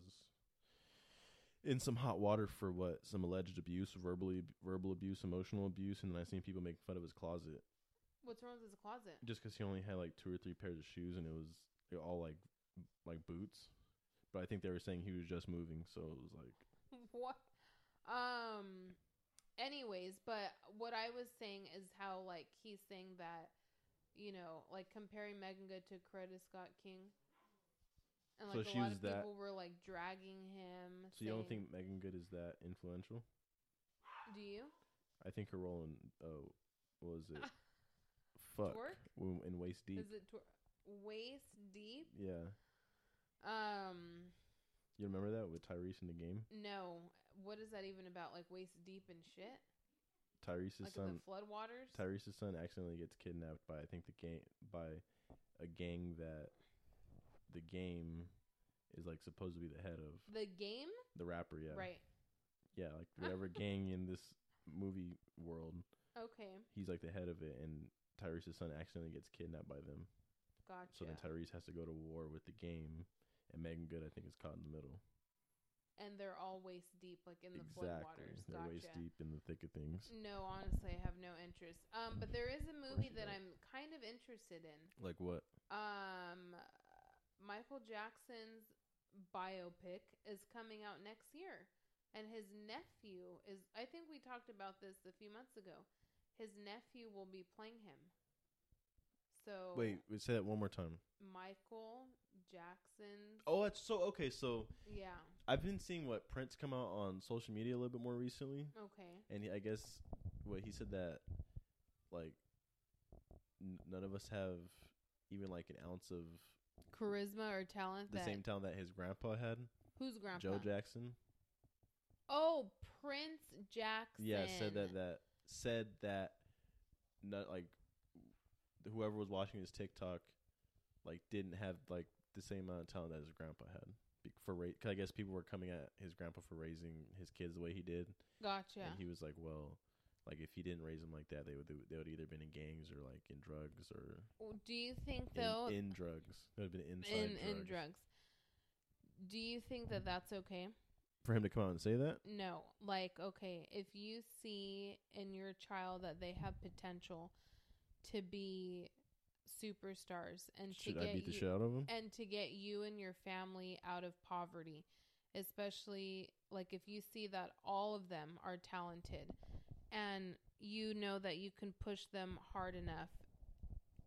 [SPEAKER 3] in some hot water for what some alleged abuse, verbally verbal abuse, emotional abuse, and then I seen people make fun of his closet
[SPEAKER 2] What's wrong with his closet?
[SPEAKER 3] just because he only had like two or three pairs of shoes, and it was they were all like like boots. But I think they were saying he was just moving, so it was like
[SPEAKER 2] what? Um. Anyways, but what I was saying is how like he's saying that, you know, like comparing Megan Good to Coretta Scott King. And
[SPEAKER 3] So
[SPEAKER 2] like
[SPEAKER 3] she
[SPEAKER 2] a lot
[SPEAKER 3] was
[SPEAKER 2] of
[SPEAKER 3] that-
[SPEAKER 2] people were like dragging him.
[SPEAKER 3] so you don't
[SPEAKER 2] saying-
[SPEAKER 3] think Megan Good is that influential?
[SPEAKER 2] Do you?
[SPEAKER 3] I think her role in oh, what was it? Fuck,
[SPEAKER 2] Twerk?
[SPEAKER 3] w- in Waist Deep.
[SPEAKER 2] Is it tw- waist deep?
[SPEAKER 3] Yeah,
[SPEAKER 2] Um,
[SPEAKER 3] you remember that with Tyrese in the game?
[SPEAKER 2] no. What is that even about? Like waist deep and shit?
[SPEAKER 3] Tyrese's
[SPEAKER 2] Like in
[SPEAKER 3] son.
[SPEAKER 2] the floodwaters?
[SPEAKER 3] Tyrese's son accidentally gets kidnapped by I think the gang by a gang that the game is like supposed to be the head of
[SPEAKER 2] the game?
[SPEAKER 3] the rapper. Yeah,
[SPEAKER 2] Right.
[SPEAKER 3] Yeah, like whatever gang in this movie world,
[SPEAKER 2] Okay.
[SPEAKER 3] he's like the head of it, and Tyrese's son accidentally gets kidnapped by them.
[SPEAKER 2] Gotcha.
[SPEAKER 3] So then Tyrese has to go to war with the game, and Megan Good I think is caught in the middle.
[SPEAKER 2] and they're all waist deep, like in the
[SPEAKER 3] exactly,
[SPEAKER 2] floodwaters.
[SPEAKER 3] they're
[SPEAKER 2] Gotcha. Mm.
[SPEAKER 3] waist deep in the thick of things.
[SPEAKER 2] No, honestly, I have no interest. Um, but there is a movie
[SPEAKER 3] you
[SPEAKER 2] that
[SPEAKER 3] don't.
[SPEAKER 2] I'm kind of interested in.
[SPEAKER 3] Like what?
[SPEAKER 2] Um, Michael Jackson's biopic is coming out next year, and his nephew is. I think we talked about this a few months ago. His nephew will be playing him. So
[SPEAKER 3] Wait, wait, say that one more time.
[SPEAKER 2] Michael Jackson's.
[SPEAKER 3] Oh, that's so okay. So
[SPEAKER 2] yeah.
[SPEAKER 3] I've been seeing what Prince come out on social media a little bit more recently,
[SPEAKER 2] Okay.
[SPEAKER 3] and he, I guess what he said that like n- none of us have even like an ounce of
[SPEAKER 2] Charisma or talent
[SPEAKER 3] the
[SPEAKER 2] that
[SPEAKER 3] same talent that his grandpa had,
[SPEAKER 2] who's grandpa?
[SPEAKER 3] Joe Jackson.
[SPEAKER 2] Oh, Prince Jackson.
[SPEAKER 3] Yeah, said that that said that not like whoever was watching his TikTok like didn't have like the same amount of talent that his grandpa had be- for ra- cause I guess people were coming at his grandpa for raising his kids the way he did.
[SPEAKER 2] Gotcha.
[SPEAKER 3] And he was like, well, like if he didn't raise them like that, they would they would either been in gangs or like in drugs or
[SPEAKER 2] Well, Do you think
[SPEAKER 3] in,
[SPEAKER 2] though
[SPEAKER 3] in drugs. It would have been inside
[SPEAKER 2] in
[SPEAKER 3] drugs.
[SPEAKER 2] in drugs? Do you think that that's okay?
[SPEAKER 3] For him to come out and say that,
[SPEAKER 2] No. Like, okay, if you see in your child that they have potential to be superstars and
[SPEAKER 3] should
[SPEAKER 2] to
[SPEAKER 3] I
[SPEAKER 2] get
[SPEAKER 3] beat the
[SPEAKER 2] you
[SPEAKER 3] shit out of him?
[SPEAKER 2] and to get you and your family out of poverty, especially like if you see that all of them are talented and you know that you can push them hard enough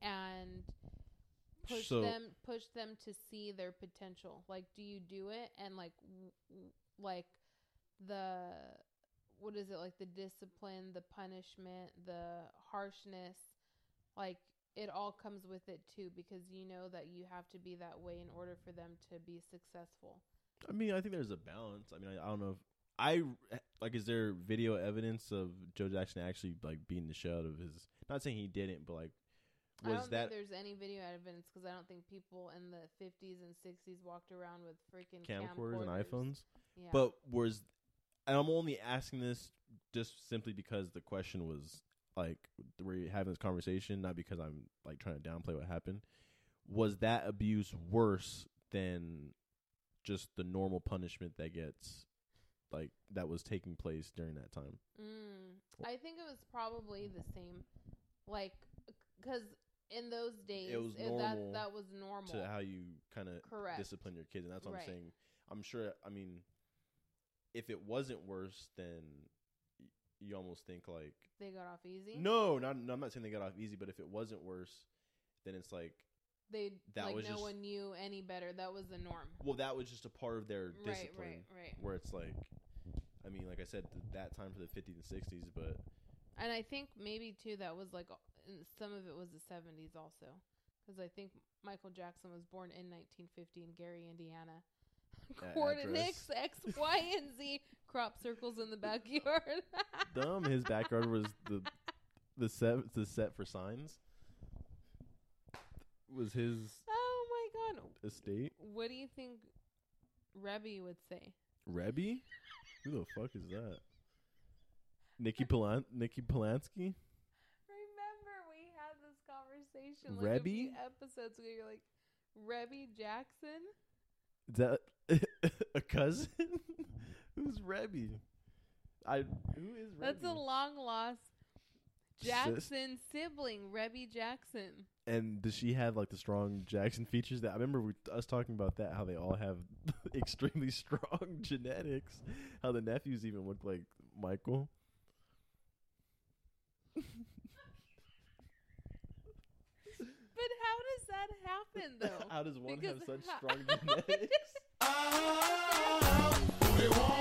[SPEAKER 2] and push
[SPEAKER 3] So-
[SPEAKER 2] them push them to see their potential like do you do it and like w- w- like the what is it like the discipline the punishment the harshness like it all comes with it too because you know that you have to be that way in order for them to be successful
[SPEAKER 3] I mean, I think there's a balance. I mean, I, I don't know if I like. Is there video evidence of Joe Jackson actually like beating the shit out of his? Not saying he didn't, but like,
[SPEAKER 2] i
[SPEAKER 3] was
[SPEAKER 2] don't
[SPEAKER 3] that
[SPEAKER 2] think there's any video evidence because i don't think people in the 50s and 60s walked around with freaking
[SPEAKER 3] camcorders and iPhones?
[SPEAKER 2] yeah.
[SPEAKER 3] But was and I'm only asking this just simply because the question was like we're having this conversation, not because I'm like trying to downplay what happened. Was that abuse worse than just the normal punishment that gets like that was taking place during that time?
[SPEAKER 2] Mm. I think it was probably the same, like because in those days
[SPEAKER 3] was
[SPEAKER 2] it-
[SPEAKER 3] normal
[SPEAKER 2] that that was normal.
[SPEAKER 3] to how you kind of
[SPEAKER 2] Correct.
[SPEAKER 3] discipline your kids, and that's what
[SPEAKER 2] Right.
[SPEAKER 3] I'm saying. I'm sure. I mean, if it wasn't worse, then y- you almost think like,
[SPEAKER 2] they got off easy.
[SPEAKER 3] no, not. No, I'm not saying they got off easy, but if it wasn't worse, then it's like,
[SPEAKER 2] they
[SPEAKER 3] That
[SPEAKER 2] like
[SPEAKER 3] was
[SPEAKER 2] no
[SPEAKER 3] just-
[SPEAKER 2] one knew any better. That was the norm.
[SPEAKER 3] well, that was just a part of their
[SPEAKER 2] Right,
[SPEAKER 3] discipline.
[SPEAKER 2] right, right.
[SPEAKER 3] Where it's like, I mean, like I said, th- that time for the 50s and 60s, but
[SPEAKER 2] And I think maybe too that was like and some of it was the 70s also because I think Michael Jackson was born in 1950 in Gary, Indiana.
[SPEAKER 3] That
[SPEAKER 2] Coordinates
[SPEAKER 3] address.
[SPEAKER 2] X, Y, and Z. Crop circles in the backyard.
[SPEAKER 3] dumb. His backyard was the the set the set for signs. Was his
[SPEAKER 2] Oh my god.
[SPEAKER 3] estate
[SPEAKER 2] What do you think Rebby would say?
[SPEAKER 3] Rebby? Who the fuck is that? Nikki Polan- Nikki Polanski?
[SPEAKER 2] Remember we had this conversation like a few
[SPEAKER 3] Rebby?
[SPEAKER 2] episodes ago. You're like Rebby Jackson?
[SPEAKER 3] Is that a cousin? Who's Rebby? I who is Rebby?
[SPEAKER 2] That's a long lost
[SPEAKER 3] Sis-
[SPEAKER 2] Jackson sibling, Rebby Jackson.
[SPEAKER 3] And does she have like the strong Jackson features? That I remember we, us talking about that how they all have extremely strong genetics. How the nephews even look like Michael.
[SPEAKER 2] But how does that happen though?
[SPEAKER 3] how does one
[SPEAKER 2] Because
[SPEAKER 3] have such
[SPEAKER 2] how-
[SPEAKER 3] strong genetics? Um,
[SPEAKER 2] they, were-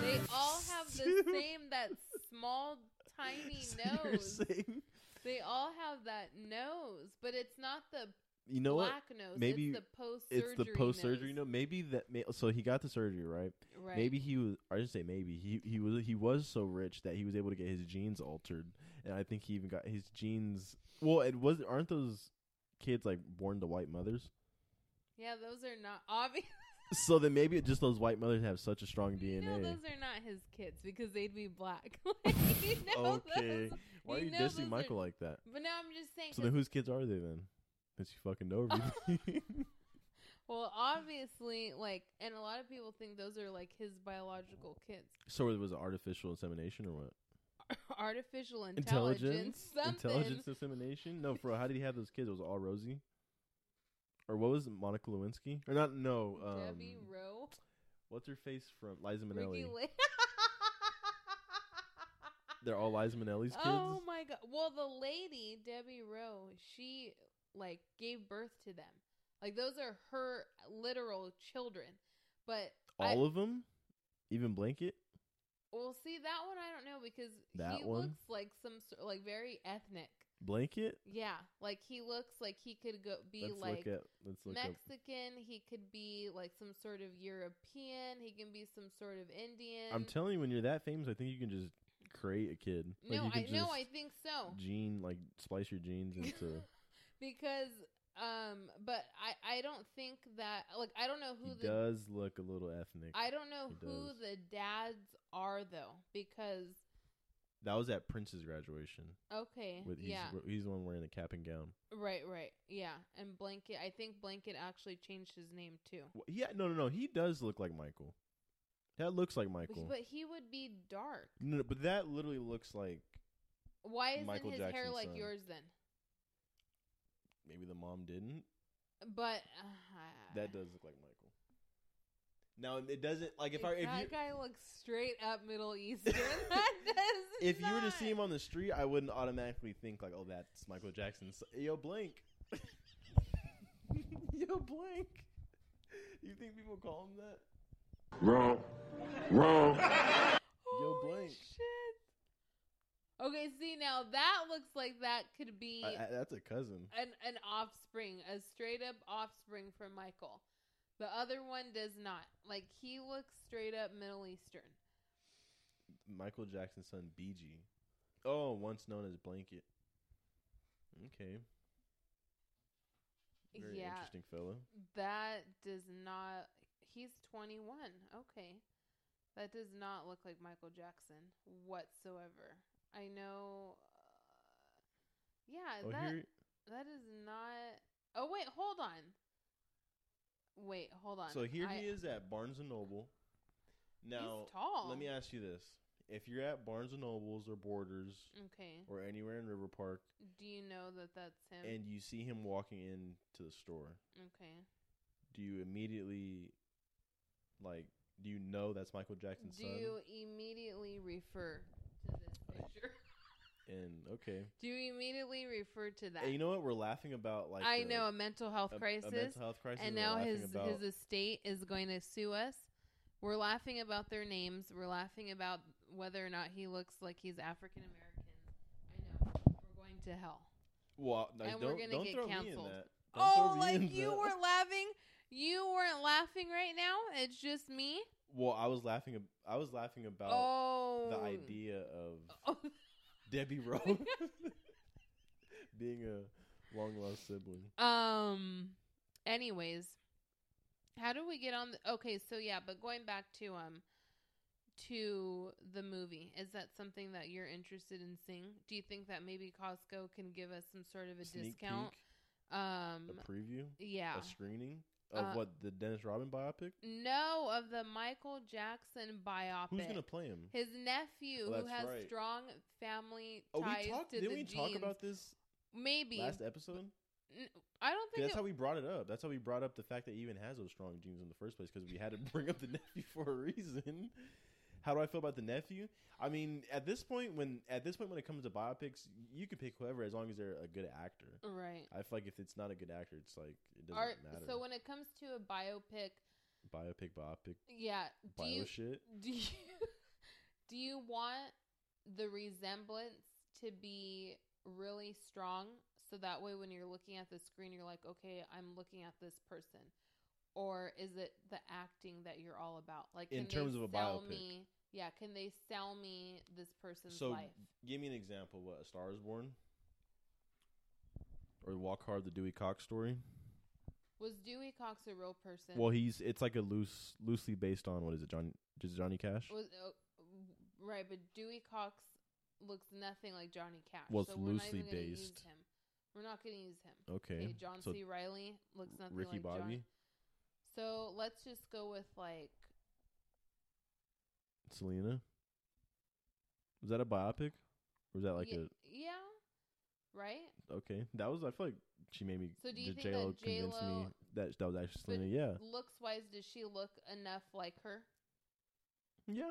[SPEAKER 2] they all have the same that small tiny
[SPEAKER 3] So you're
[SPEAKER 2] nose.
[SPEAKER 3] saying-
[SPEAKER 2] They all have that nose, but it's not the
[SPEAKER 3] You know what?
[SPEAKER 2] black nose.
[SPEAKER 3] Maybe
[SPEAKER 2] it's the post surgery.
[SPEAKER 3] it's the post surgery. No, maybe that. May, so he got the surgery, right?
[SPEAKER 2] Right.
[SPEAKER 3] Maybe he was. I just say maybe he he was he was so rich that he was able to get his genes altered, and I think he even got his genes. Well, it was aren't those kids like born to white mothers?
[SPEAKER 2] Yeah, those are not obvious.
[SPEAKER 3] So then maybe it just those white mothers have such a strong
[SPEAKER 2] You know,
[SPEAKER 3] DNA.
[SPEAKER 2] those are not his kids because they'd be black. like, you know
[SPEAKER 3] okay,
[SPEAKER 2] those-
[SPEAKER 3] why are
[SPEAKER 2] you
[SPEAKER 3] you
[SPEAKER 2] know those
[SPEAKER 3] dissing
[SPEAKER 2] are-
[SPEAKER 3] Michael like that?
[SPEAKER 2] But now I'm just saying.
[SPEAKER 3] So then
[SPEAKER 2] 'cause-
[SPEAKER 3] whose kids are they then? That you fucking know everything.
[SPEAKER 2] well, obviously, like, and a lot of people think those are like his biological kids.
[SPEAKER 3] so it was it artificial insemination or what?
[SPEAKER 2] Artificial intelligence, something.
[SPEAKER 3] intelligence dissemination. No, bro, how did he have those kids? It was all Rosie, or what was it, Monica Lewinsky? Or not? No, um,
[SPEAKER 2] Debbie Rowe,
[SPEAKER 3] what's her face from Liza
[SPEAKER 2] Ricky
[SPEAKER 3] Minnelli?
[SPEAKER 2] Lake.
[SPEAKER 3] They're all Liza Minnelli's kids.
[SPEAKER 2] Oh my god! Well, the lady Debbie Rowe, she like gave birth to them. Like those are her literal children. But I-
[SPEAKER 3] all of them, even Blanket.
[SPEAKER 2] Well, see that one I don't know because
[SPEAKER 3] That
[SPEAKER 2] he
[SPEAKER 3] one?
[SPEAKER 2] looks like some sor- like very ethnic.
[SPEAKER 3] Blanket.
[SPEAKER 2] Yeah, like he looks like he could go be
[SPEAKER 3] Let's
[SPEAKER 2] like
[SPEAKER 3] look at. Let's look up.
[SPEAKER 2] Mexican. He could be like some sort of European. He can be some sort of Indian.
[SPEAKER 3] I'm telling you, when you're that famous, I think you can just create a kid.
[SPEAKER 2] no,
[SPEAKER 3] like you
[SPEAKER 2] I
[SPEAKER 3] can
[SPEAKER 2] no,
[SPEAKER 3] just
[SPEAKER 2] I think so
[SPEAKER 3] Gene, like splice your genes into.
[SPEAKER 2] because um, but I I don't think that like I don't know who
[SPEAKER 3] he
[SPEAKER 2] the
[SPEAKER 3] does look a little ethnic.
[SPEAKER 2] I don't know
[SPEAKER 3] He
[SPEAKER 2] who
[SPEAKER 3] does.
[SPEAKER 2] the dads are though because
[SPEAKER 3] that was at Prince's graduation.
[SPEAKER 2] okay
[SPEAKER 3] With he's,
[SPEAKER 2] yeah
[SPEAKER 3] he's the one wearing the cap and gown.
[SPEAKER 2] Right, right. Yeah. And Blanket, I think Blanket actually changed his name too.
[SPEAKER 3] Well, Yeah, no, no, no. He does look like Michael. That looks like
[SPEAKER 2] But he,
[SPEAKER 3] Michael.
[SPEAKER 2] but he would be dark.
[SPEAKER 3] no, no, but that literally looks like
[SPEAKER 2] Why isn't
[SPEAKER 3] Michael
[SPEAKER 2] his hair
[SPEAKER 3] Jackson's
[SPEAKER 2] like
[SPEAKER 3] son.
[SPEAKER 2] yours then?
[SPEAKER 3] maybe the mom didn't.
[SPEAKER 2] But uh,
[SPEAKER 3] That does look like Michael. Now it doesn't like if
[SPEAKER 2] that
[SPEAKER 3] I if you
[SPEAKER 2] guy looks straight up Middle Eastern. that does.
[SPEAKER 3] if you were to see him
[SPEAKER 2] not.
[SPEAKER 3] on the street, I wouldn't automatically think like, oh, that's Michael Jackson. So- Yo, blank. Yo, blank. You think people call him that?
[SPEAKER 5] Wrong. Wrong.
[SPEAKER 3] Yo,
[SPEAKER 2] Holy
[SPEAKER 3] Blank.
[SPEAKER 2] Shit. Okay, see now that looks like that could be
[SPEAKER 3] I- I- that's a cousin.
[SPEAKER 2] an an offspring, a straight up offspring from Michael. The other one does not. Like he looks straight up Middle Eastern.
[SPEAKER 3] Michael Jackson's son, BG. Oh, once known as Blanket. Okay. Very
[SPEAKER 2] yeah,
[SPEAKER 3] interesting fellow.
[SPEAKER 2] that does not. He's twenty one. Okay, That does not look like Michael Jackson whatsoever. I know. Uh, yeah,
[SPEAKER 3] Oh,
[SPEAKER 2] that
[SPEAKER 3] here,
[SPEAKER 2] that is not. Oh wait, hold on. Wait, hold on.
[SPEAKER 3] so here
[SPEAKER 2] I-
[SPEAKER 3] he is at Barnes and Noble. Now,
[SPEAKER 2] He's tall.
[SPEAKER 3] let me ask you this: If you're at Barnes and Nobles or Borders
[SPEAKER 2] Okay.
[SPEAKER 3] or anywhere in River Park
[SPEAKER 2] Do you know that that's him?
[SPEAKER 3] and you see him walking into the store,
[SPEAKER 2] okay.
[SPEAKER 3] do you immediately like? Do you know that's Michael Jackson's
[SPEAKER 2] Do
[SPEAKER 3] son?
[SPEAKER 2] you immediately refer to this picture?
[SPEAKER 3] and okay,
[SPEAKER 2] Do you immediately refer to that?
[SPEAKER 3] and you know what? We're laughing about like
[SPEAKER 2] I
[SPEAKER 3] the-
[SPEAKER 2] know a mental health
[SPEAKER 3] a- a
[SPEAKER 2] crisis,
[SPEAKER 3] mental health crisis,
[SPEAKER 2] and
[SPEAKER 3] we're
[SPEAKER 2] now
[SPEAKER 3] laughing
[SPEAKER 2] his
[SPEAKER 3] about-
[SPEAKER 2] his estate is going to sue us. We're laughing about their names. We're laughing about whether or not he looks like he's African American. I know we're going to hell.
[SPEAKER 3] Well, no,
[SPEAKER 2] and we're
[SPEAKER 3] don't,
[SPEAKER 2] gonna
[SPEAKER 3] don't
[SPEAKER 2] get
[SPEAKER 3] throw me
[SPEAKER 2] canceled.
[SPEAKER 3] in that. Don't
[SPEAKER 2] oh,
[SPEAKER 3] throw me
[SPEAKER 2] like
[SPEAKER 3] in
[SPEAKER 2] you
[SPEAKER 3] that.
[SPEAKER 2] were laughing. You weren't laughing right now. It's just me.
[SPEAKER 3] Well, I was laughing. ab- I was laughing about
[SPEAKER 2] oh,
[SPEAKER 3] the idea of
[SPEAKER 2] Oh,
[SPEAKER 3] Debbie Rowe being a long lost sibling.
[SPEAKER 2] Um. Anyways, how do we get on? The, okay, so yeah, but going back to um to the movie, is that something that you're interested in seeing? Do you think that maybe Costco can give us some sort of a
[SPEAKER 3] Sneak
[SPEAKER 2] discount?
[SPEAKER 3] peek,
[SPEAKER 2] Um.
[SPEAKER 3] a preview,
[SPEAKER 2] Yeah.
[SPEAKER 3] a screening of
[SPEAKER 2] Uh,
[SPEAKER 3] what the Dennis Robin biopic.
[SPEAKER 2] No, of the Michael Jackson biopic.
[SPEAKER 3] Who's gonna play him?
[SPEAKER 2] his nephew,
[SPEAKER 3] Oh,
[SPEAKER 2] who
[SPEAKER 3] that's
[SPEAKER 2] has
[SPEAKER 3] right.
[SPEAKER 2] strong family
[SPEAKER 3] Oh,
[SPEAKER 2] ties
[SPEAKER 3] we talked.
[SPEAKER 2] to
[SPEAKER 3] Didn't
[SPEAKER 2] the
[SPEAKER 3] we
[SPEAKER 2] genes.
[SPEAKER 3] talk about this
[SPEAKER 2] Maybe.
[SPEAKER 3] last episode?
[SPEAKER 2] N- I don't
[SPEAKER 3] 'Cause
[SPEAKER 2] think
[SPEAKER 3] That's
[SPEAKER 2] it-
[SPEAKER 3] how we brought it up. That's how we brought up the fact that he even has those strong genes in the first place because we had to bring up the nephew for a reason. How do I feel about the nephew? I mean, at this point, when at this point when it comes to biopics, you could pick whoever as long as they're a good actor.
[SPEAKER 2] right.
[SPEAKER 3] I feel like if it's not a good actor, it's like it doesn't
[SPEAKER 2] Are,
[SPEAKER 3] matter.
[SPEAKER 2] so when it comes to a biopic,
[SPEAKER 3] biopic, biopic,
[SPEAKER 2] yeah, do
[SPEAKER 3] bio
[SPEAKER 2] you
[SPEAKER 3] shit.
[SPEAKER 2] do you do you want the resemblance to be really strong so that way when you're looking at the screen you're like, okay, I'm looking at this person, or is it the acting that you're all about? Like
[SPEAKER 3] In
[SPEAKER 2] can they
[SPEAKER 3] terms of a
[SPEAKER 2] sell
[SPEAKER 3] biopic.
[SPEAKER 2] Me, yeah, can they sell me this person's
[SPEAKER 3] So
[SPEAKER 2] life?
[SPEAKER 3] give me an example. What a Star Is Born, or Walk Hard, the Dewey Cox story.
[SPEAKER 2] Was Dewey Cox a real person?
[SPEAKER 3] Well, he's it's like a loose, loosely based on what is it, Johnny? Is it Johnny Cash?
[SPEAKER 2] was uh, right, but Dewey Cox looks nothing like Johnny Cash.
[SPEAKER 3] Well, it's
[SPEAKER 2] so we're not
[SPEAKER 3] loosely
[SPEAKER 2] even gonna use
[SPEAKER 3] based.
[SPEAKER 2] him. We're not going to use him.
[SPEAKER 3] Okay,
[SPEAKER 2] Okay, John
[SPEAKER 3] so
[SPEAKER 2] C. Riley looks nothing
[SPEAKER 3] Ricky
[SPEAKER 2] like
[SPEAKER 3] Bobby.
[SPEAKER 2] John. So let's just go with like
[SPEAKER 3] Selena. Was that a biopic? Or was that like
[SPEAKER 2] ye- yeah, right?
[SPEAKER 3] a okay? That was I feel like she made me.
[SPEAKER 2] So do you
[SPEAKER 3] J-
[SPEAKER 2] think
[SPEAKER 3] J-Lo
[SPEAKER 2] that
[SPEAKER 3] convinced me
[SPEAKER 2] J-Lo-
[SPEAKER 3] that that was actually
[SPEAKER 2] But
[SPEAKER 3] Selena. Yeah,
[SPEAKER 2] Looks wise, does she look enough like her?
[SPEAKER 3] yeah.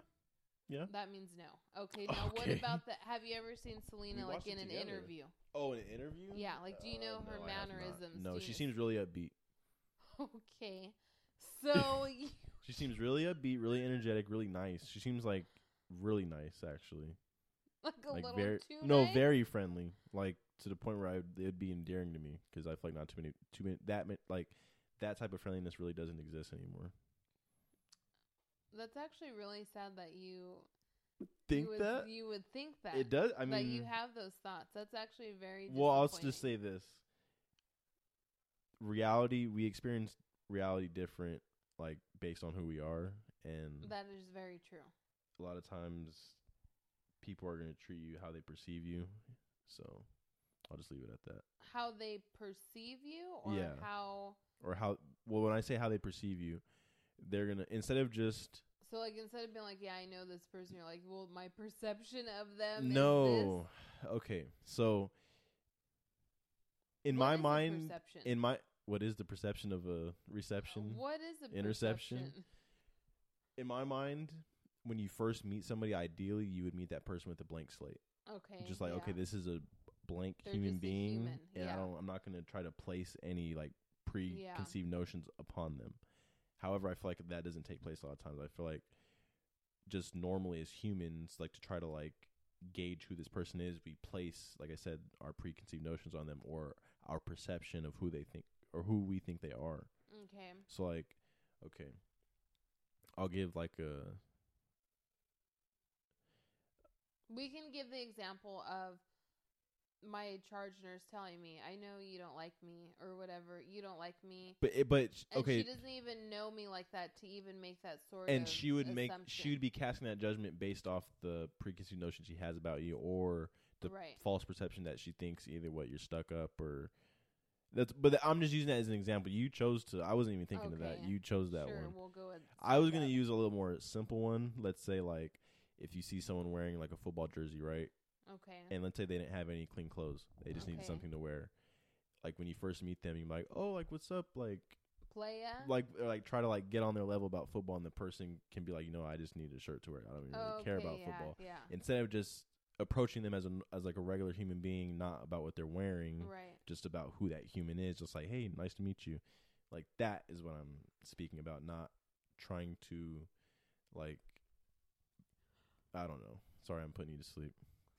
[SPEAKER 2] That means no. Okay, now what
[SPEAKER 3] Okay.
[SPEAKER 2] about the? Have you ever seen Selena like
[SPEAKER 3] watched it
[SPEAKER 2] in an
[SPEAKER 3] together.
[SPEAKER 2] interview?
[SPEAKER 3] Oh, in an interview. Oh,
[SPEAKER 2] Yeah, like, do you know her
[SPEAKER 3] no, I have not.
[SPEAKER 2] mannerisms?
[SPEAKER 3] No,
[SPEAKER 2] Do
[SPEAKER 3] she
[SPEAKER 2] you-
[SPEAKER 3] seems really upbeat.
[SPEAKER 2] Okay, so you-
[SPEAKER 3] She seems really upbeat, really energetic, really nice. She seems like really nice actually.
[SPEAKER 2] like a
[SPEAKER 3] like
[SPEAKER 2] little
[SPEAKER 3] very
[SPEAKER 2] too
[SPEAKER 3] no,
[SPEAKER 2] nice?
[SPEAKER 3] very friendly. Like to the point where I would, it'd be endearing to me because I feel like not too many too many that ma- like that type of friendliness really doesn't exist anymore.
[SPEAKER 2] That's actually really sad that you
[SPEAKER 3] Think
[SPEAKER 2] you would,
[SPEAKER 3] that
[SPEAKER 2] you would think that
[SPEAKER 3] it does. I mean,
[SPEAKER 2] that you have those thoughts. That's actually very
[SPEAKER 3] well, I'll s- just
[SPEAKER 2] disappointing.
[SPEAKER 3] say this: reality. We experience reality different, like based on who we are, and
[SPEAKER 2] That is very true.
[SPEAKER 3] a lot of times people are going to treat you how they perceive you. So I'll just leave it at that.
[SPEAKER 2] How they perceive you or
[SPEAKER 3] Yeah.
[SPEAKER 2] how
[SPEAKER 3] Or how well when I say how they perceive you, they're gonna instead of just
[SPEAKER 2] so like instead of being like, Yeah, I know this person, you're like, Well, my perception of them is
[SPEAKER 3] no. Okay, so
[SPEAKER 2] this.
[SPEAKER 3] in
[SPEAKER 2] What
[SPEAKER 3] my
[SPEAKER 2] is a
[SPEAKER 3] mind,
[SPEAKER 2] perception?
[SPEAKER 3] in my what is the perception of a reception?
[SPEAKER 2] what is a
[SPEAKER 3] interception?
[SPEAKER 2] perception?
[SPEAKER 3] in my mind, when you first meet somebody, ideally you would meet that person with a blank slate.
[SPEAKER 2] Okay.
[SPEAKER 3] just like, okay,
[SPEAKER 2] yeah.
[SPEAKER 3] this is a blank
[SPEAKER 2] They're
[SPEAKER 3] human
[SPEAKER 2] just a
[SPEAKER 3] being,
[SPEAKER 2] human,
[SPEAKER 3] and
[SPEAKER 2] yeah.
[SPEAKER 3] I don't, I'm not going to try to place any like preconceived notions upon them. However, I feel like that doesn't take place a lot of times. I feel like just normally as humans, like to try to like gauge who this person is, we place, like I said, our preconceived notions on them or our perception of who they think or who we think they are.
[SPEAKER 2] Okay.
[SPEAKER 3] So like, okay, I'll give like a
[SPEAKER 2] We can give the example of my charge nurse telling me, "I know you don't like me or whatever. You don't like me."
[SPEAKER 3] But it, but sh-
[SPEAKER 2] And
[SPEAKER 3] okay,
[SPEAKER 2] she doesn't even know me like that to even make that sort of
[SPEAKER 3] and she would make she
[SPEAKER 2] assumption.
[SPEAKER 3] would be casting that judgment based off the preconceived notion she has about you or the
[SPEAKER 2] Right.
[SPEAKER 3] false perception that she thinks either what you're stuck up or that's but I'm just using that as an example. You chose to I wasn't even thinking of that.
[SPEAKER 2] Okay.
[SPEAKER 3] You chose that
[SPEAKER 2] sure,
[SPEAKER 3] one.
[SPEAKER 2] We'll go with
[SPEAKER 3] I was going to
[SPEAKER 2] that.
[SPEAKER 3] use a little more simple one. Let's say like if you see someone wearing like a football jersey, right?
[SPEAKER 2] Okay.
[SPEAKER 3] And let's say they didn't have any clean clothes. They just needed
[SPEAKER 2] Okay.
[SPEAKER 3] something to wear. Like when you first meet them, you're like, "Oh, like what's up?" like
[SPEAKER 2] Playa.
[SPEAKER 3] like or, like try to like get on their level about football and the person can be like you know i just need a shirt to wear i don't even really care
[SPEAKER 2] Okay,
[SPEAKER 3] about
[SPEAKER 2] yeah,
[SPEAKER 3] football
[SPEAKER 2] Yeah.
[SPEAKER 3] instead of just approaching them as a as like a regular human being not about what they're wearing
[SPEAKER 2] Right.
[SPEAKER 3] just about who that human is just like hey nice to meet you like that is what i'm speaking about not trying to like i don't know sorry i'm putting you to sleep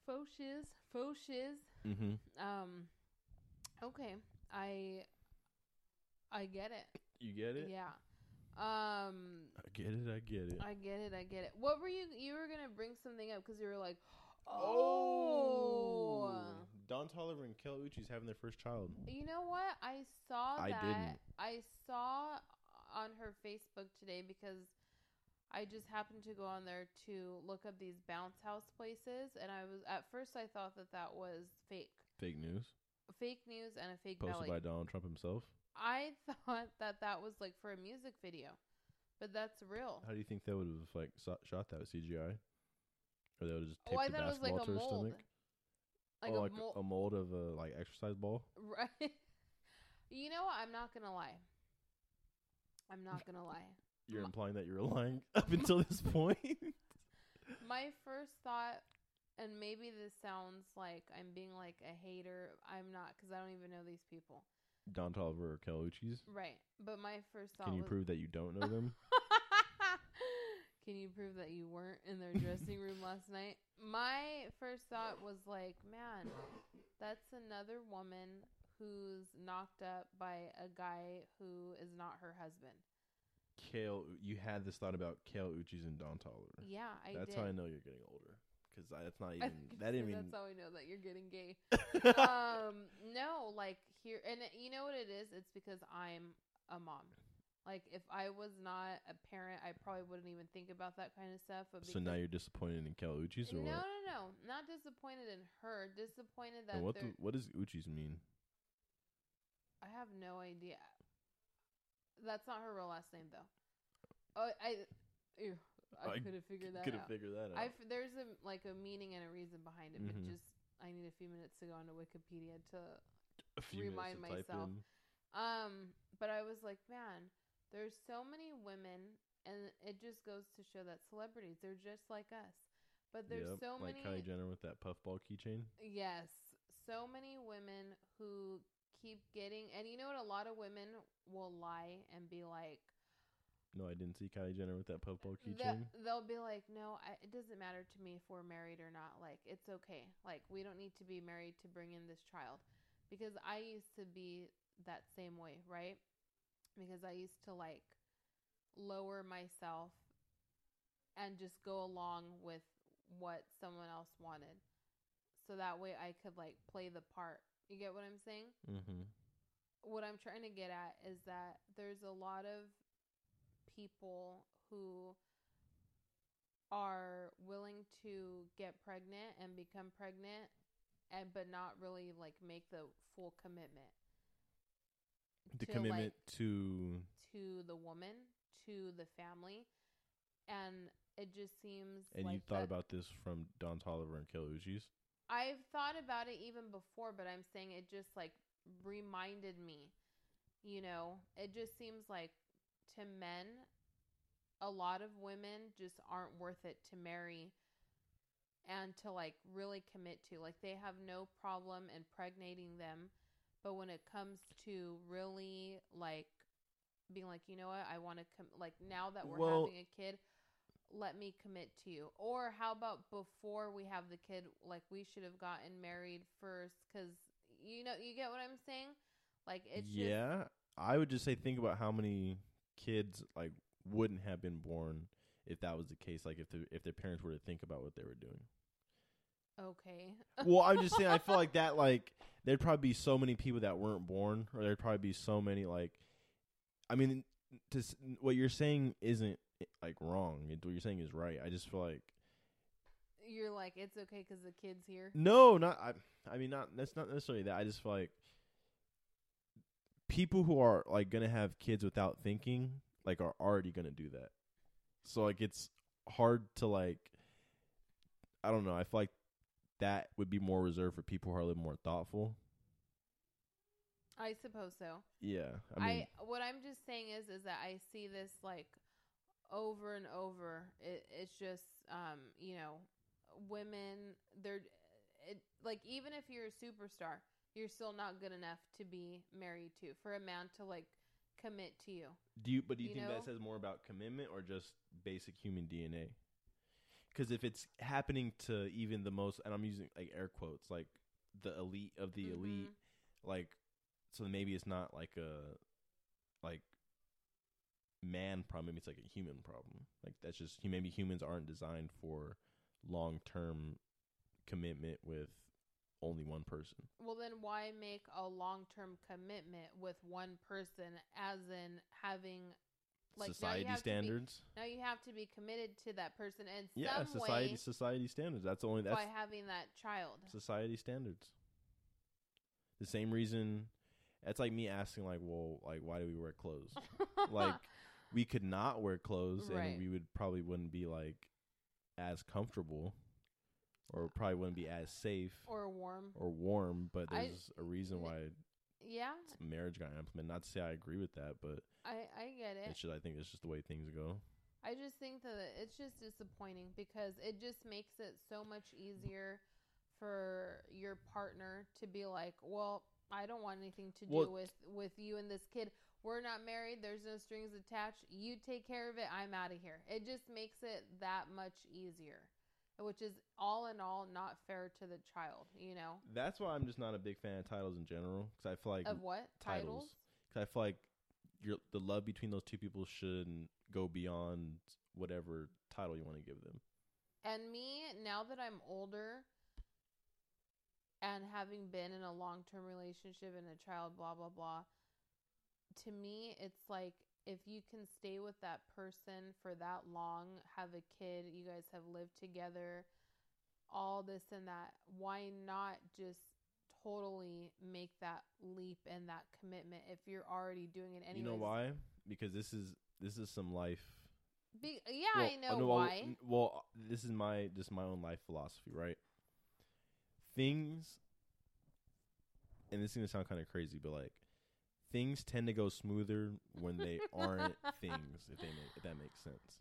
[SPEAKER 2] Foshes. Foshes.
[SPEAKER 3] mm-hmm
[SPEAKER 2] Um. Okay. I. I get it.
[SPEAKER 3] you get it
[SPEAKER 2] Yeah. Um.
[SPEAKER 3] i get it i get it
[SPEAKER 2] I get it. I get it. What were you? You were gonna bring something up because you were like, oh.
[SPEAKER 3] Oh. Don Tolliver and Kel Uchi's having their first child.
[SPEAKER 2] You know what? I saw
[SPEAKER 3] I
[SPEAKER 2] that.
[SPEAKER 3] didn't.
[SPEAKER 2] I saw on her Facebook today because I just happened to go on there to look up these bounce house places, and I was at first I thought that that was fake,
[SPEAKER 3] Fake news.
[SPEAKER 2] fake news and a fake
[SPEAKER 3] Posted
[SPEAKER 2] belly.
[SPEAKER 3] by Donald Trump himself.
[SPEAKER 2] I thought that that was like for a music video, but that's real.
[SPEAKER 3] How do you think they would have like so- shot that with CGI? Or they would have just
[SPEAKER 2] Oh,
[SPEAKER 3] taped
[SPEAKER 2] I
[SPEAKER 3] the
[SPEAKER 2] thought it was
[SPEAKER 3] basketball
[SPEAKER 2] like a
[SPEAKER 3] to her
[SPEAKER 2] mold,
[SPEAKER 3] stomach?
[SPEAKER 2] like
[SPEAKER 3] oh,
[SPEAKER 2] a
[SPEAKER 3] like
[SPEAKER 2] mold.
[SPEAKER 3] a mold of a like exercise ball.
[SPEAKER 2] Right. You know what? I'm not gonna lie. I'm not gonna lie.
[SPEAKER 3] You're
[SPEAKER 2] M-
[SPEAKER 3] implying that you're lying up until this point.
[SPEAKER 2] My first thought, and maybe this sounds like I'm being like a hater. I'm not because I don't even know these people.
[SPEAKER 3] Don Tolliver or Kel Uchis?
[SPEAKER 2] Right. But my first thought
[SPEAKER 3] Can you
[SPEAKER 2] was,
[SPEAKER 3] prove that you don't know them?
[SPEAKER 2] Can you prove that you weren't in their dressing room last night? My first thought was like, man, that's another woman who's knocked up by a guy who is not her husband.
[SPEAKER 3] Kale, you had this thought about Kale Uchis and Don Tolliver.
[SPEAKER 2] Yeah, I
[SPEAKER 3] that's
[SPEAKER 2] did.
[SPEAKER 3] how I know you're getting older. Because that's not
[SPEAKER 2] I
[SPEAKER 3] even
[SPEAKER 2] was
[SPEAKER 3] that
[SPEAKER 2] gonna
[SPEAKER 3] didn't
[SPEAKER 2] say,
[SPEAKER 3] even
[SPEAKER 2] That's how I know that you're getting gay. um, no, like here, and it- you know what it is? It's because I'm a mom. Like if I was not a parent, I probably wouldn't even think about that kind of stuff. But
[SPEAKER 3] So now
[SPEAKER 2] because-
[SPEAKER 3] you're disappointed in Kel Uchis or
[SPEAKER 2] no,
[SPEAKER 3] what?
[SPEAKER 2] no, no, not disappointed in her. Disappointed that
[SPEAKER 3] And what the,
[SPEAKER 2] they're-
[SPEAKER 3] what does Uchis mean?
[SPEAKER 2] I have no idea. That's not her real last name though. Oh, I, ew,
[SPEAKER 3] I
[SPEAKER 2] I, could have figured that
[SPEAKER 3] Couldn't
[SPEAKER 2] out.
[SPEAKER 3] figure that out.
[SPEAKER 2] I f- there's a like a meaning and a reason behind it,
[SPEAKER 3] Mhm.
[SPEAKER 2] but just I need a few minutes to go onto Wikipedia to
[SPEAKER 3] a few minutes
[SPEAKER 2] remind
[SPEAKER 3] to type
[SPEAKER 2] myself.
[SPEAKER 3] in.
[SPEAKER 2] Um, but I was like, man, there's so many women, and it just goes to show that celebrities they're just like us. But there's
[SPEAKER 3] Yep,
[SPEAKER 2] so
[SPEAKER 3] like
[SPEAKER 2] many,
[SPEAKER 3] Kylie Jenner with that puffball keychain.
[SPEAKER 2] yes, so many women who keep getting, and you know what? A lot of women will lie and be like,
[SPEAKER 3] No, I didn't see Kylie Jenner with that puffball
[SPEAKER 2] the-
[SPEAKER 3] keychain.
[SPEAKER 2] they'll be like, no, I, it doesn't matter to me if we're married or not. Like, it's okay. Like, we don't need to be married to bring in this child. Because I used to be that same way, right? Because I used to like lower myself and just go along with what someone else wanted. So that way I could like play the part. You get what I'm saying?
[SPEAKER 3] Mm-hmm.
[SPEAKER 2] what I'm trying to get at is that there's a lot of people who are willing to get pregnant and become pregnant and but not really like make the full commitment
[SPEAKER 3] The
[SPEAKER 2] To,
[SPEAKER 3] commitment
[SPEAKER 2] like-
[SPEAKER 3] to
[SPEAKER 2] to the woman, to the family and it just seems
[SPEAKER 3] and
[SPEAKER 2] like
[SPEAKER 3] you thought
[SPEAKER 2] that-
[SPEAKER 3] about this from Don Tolliver and Kel Uchis.
[SPEAKER 2] I've thought about it even before, but I'm saying it just like reminded me, you know, it just seems like to men, a lot of women just aren't worth it to marry and to like really commit to. Like they have no problem impregnating them, but when it comes to really like being like, you know what, I want to come, like now that we're
[SPEAKER 3] Well-
[SPEAKER 2] having a kid, let me commit to you or how about before we have the kid like we should have gotten married first because you know you get what i'm saying like it's just,
[SPEAKER 3] yeah, I would just say think about how many kids like wouldn't have been born if that was the case. Like if the, if their parents were to think about what they were doing.
[SPEAKER 2] Okay.
[SPEAKER 3] Well, I'm just saying. I feel like that. Like there'd probably be so many people that weren't born, or there'd probably be so many like. I mean, to, s- what you're saying isn't eh, like wrong. It- What you're saying is right. I just feel like
[SPEAKER 2] You're like, it's okay because the kid's here.
[SPEAKER 3] no, not. I, I mean, not. That's not necessarily that. I just feel like people who are like gonna have kids without thinking, like, are already gonna do that. So like, it's hard to like. I don't know. I feel like that would be more reserved for people who are a little more thoughtful.
[SPEAKER 2] I suppose so.
[SPEAKER 3] Yeah,
[SPEAKER 2] I,
[SPEAKER 3] I mean,
[SPEAKER 2] what I'm just saying is is that I see this like over and over. It, it's just um, you know, women they're it, like even if you're a superstar, you're still not good enough to be married to for a man to like commit to you.
[SPEAKER 3] do you? But do you,
[SPEAKER 2] you
[SPEAKER 3] think
[SPEAKER 2] know?
[SPEAKER 3] that says more about commitment or just basic human DNA? Because if it's happening to even the most, and I'm using like air quotes, like the elite of the elite,
[SPEAKER 2] Mm-hmm.
[SPEAKER 3] like so maybe it's not like a like man problem. Maybe it's like a human problem. Like that's just hu- maybe humans aren't designed for long term commitment with only one person.
[SPEAKER 2] Well, then why make a long term commitment with one person, as in having now you
[SPEAKER 3] society
[SPEAKER 2] have to be-
[SPEAKER 3] standards.
[SPEAKER 2] now you have to be committed to that person in
[SPEAKER 3] Yeah,
[SPEAKER 2] some
[SPEAKER 3] society
[SPEAKER 2] way
[SPEAKER 3] society standards. That's the only that's
[SPEAKER 2] by having that child.
[SPEAKER 3] society standards. The same reason that's like me asking like, well, like why do we wear clothes? like we could not wear clothes
[SPEAKER 2] Right.
[SPEAKER 3] and we would probably wouldn't be like as comfortable or probably wouldn't be as safe or,
[SPEAKER 2] or warm.
[SPEAKER 3] warm, but
[SPEAKER 2] I-
[SPEAKER 3] there's a reason
[SPEAKER 2] n-
[SPEAKER 3] why
[SPEAKER 2] Yeah,
[SPEAKER 3] it's marriage got implemented. Not to say I agree with that, but
[SPEAKER 2] I I get it.
[SPEAKER 3] it's just I think it's just the way things go.
[SPEAKER 2] I just think that it's just disappointing because it just makes it so much easier for your partner to be like, "Well, I don't want anything to do
[SPEAKER 3] Well-
[SPEAKER 2] with with you and this kid. We're not married. There's no strings attached. You take care of it. I'm out of here." It just makes it that much easier, which is all in all not fair to the child, you know.
[SPEAKER 3] That's why I'm just not a big fan of titles in general because I feel like
[SPEAKER 2] Of what? Titles?
[SPEAKER 3] titles. Cause I feel like your the love between those two people shouldn't go beyond whatever title you want to give them.
[SPEAKER 2] And me, now that I'm older and having been in a long term relationship and a child, blah, blah, blah, to me, it's like if you can stay with that person for that long, have a kid, you guys have lived together, all this and that, why not just totally make that leap and that commitment if you're already doing it anyways?
[SPEAKER 3] You know why? Because this is this is some life.
[SPEAKER 2] Be- yeah, I know
[SPEAKER 3] no, well,
[SPEAKER 2] why.
[SPEAKER 3] n- Well, this is my just my own life philosophy, right? Things, and this is gonna sound kind of crazy, but like things tend to go smoother when they aren't things. If they make, if that makes sense.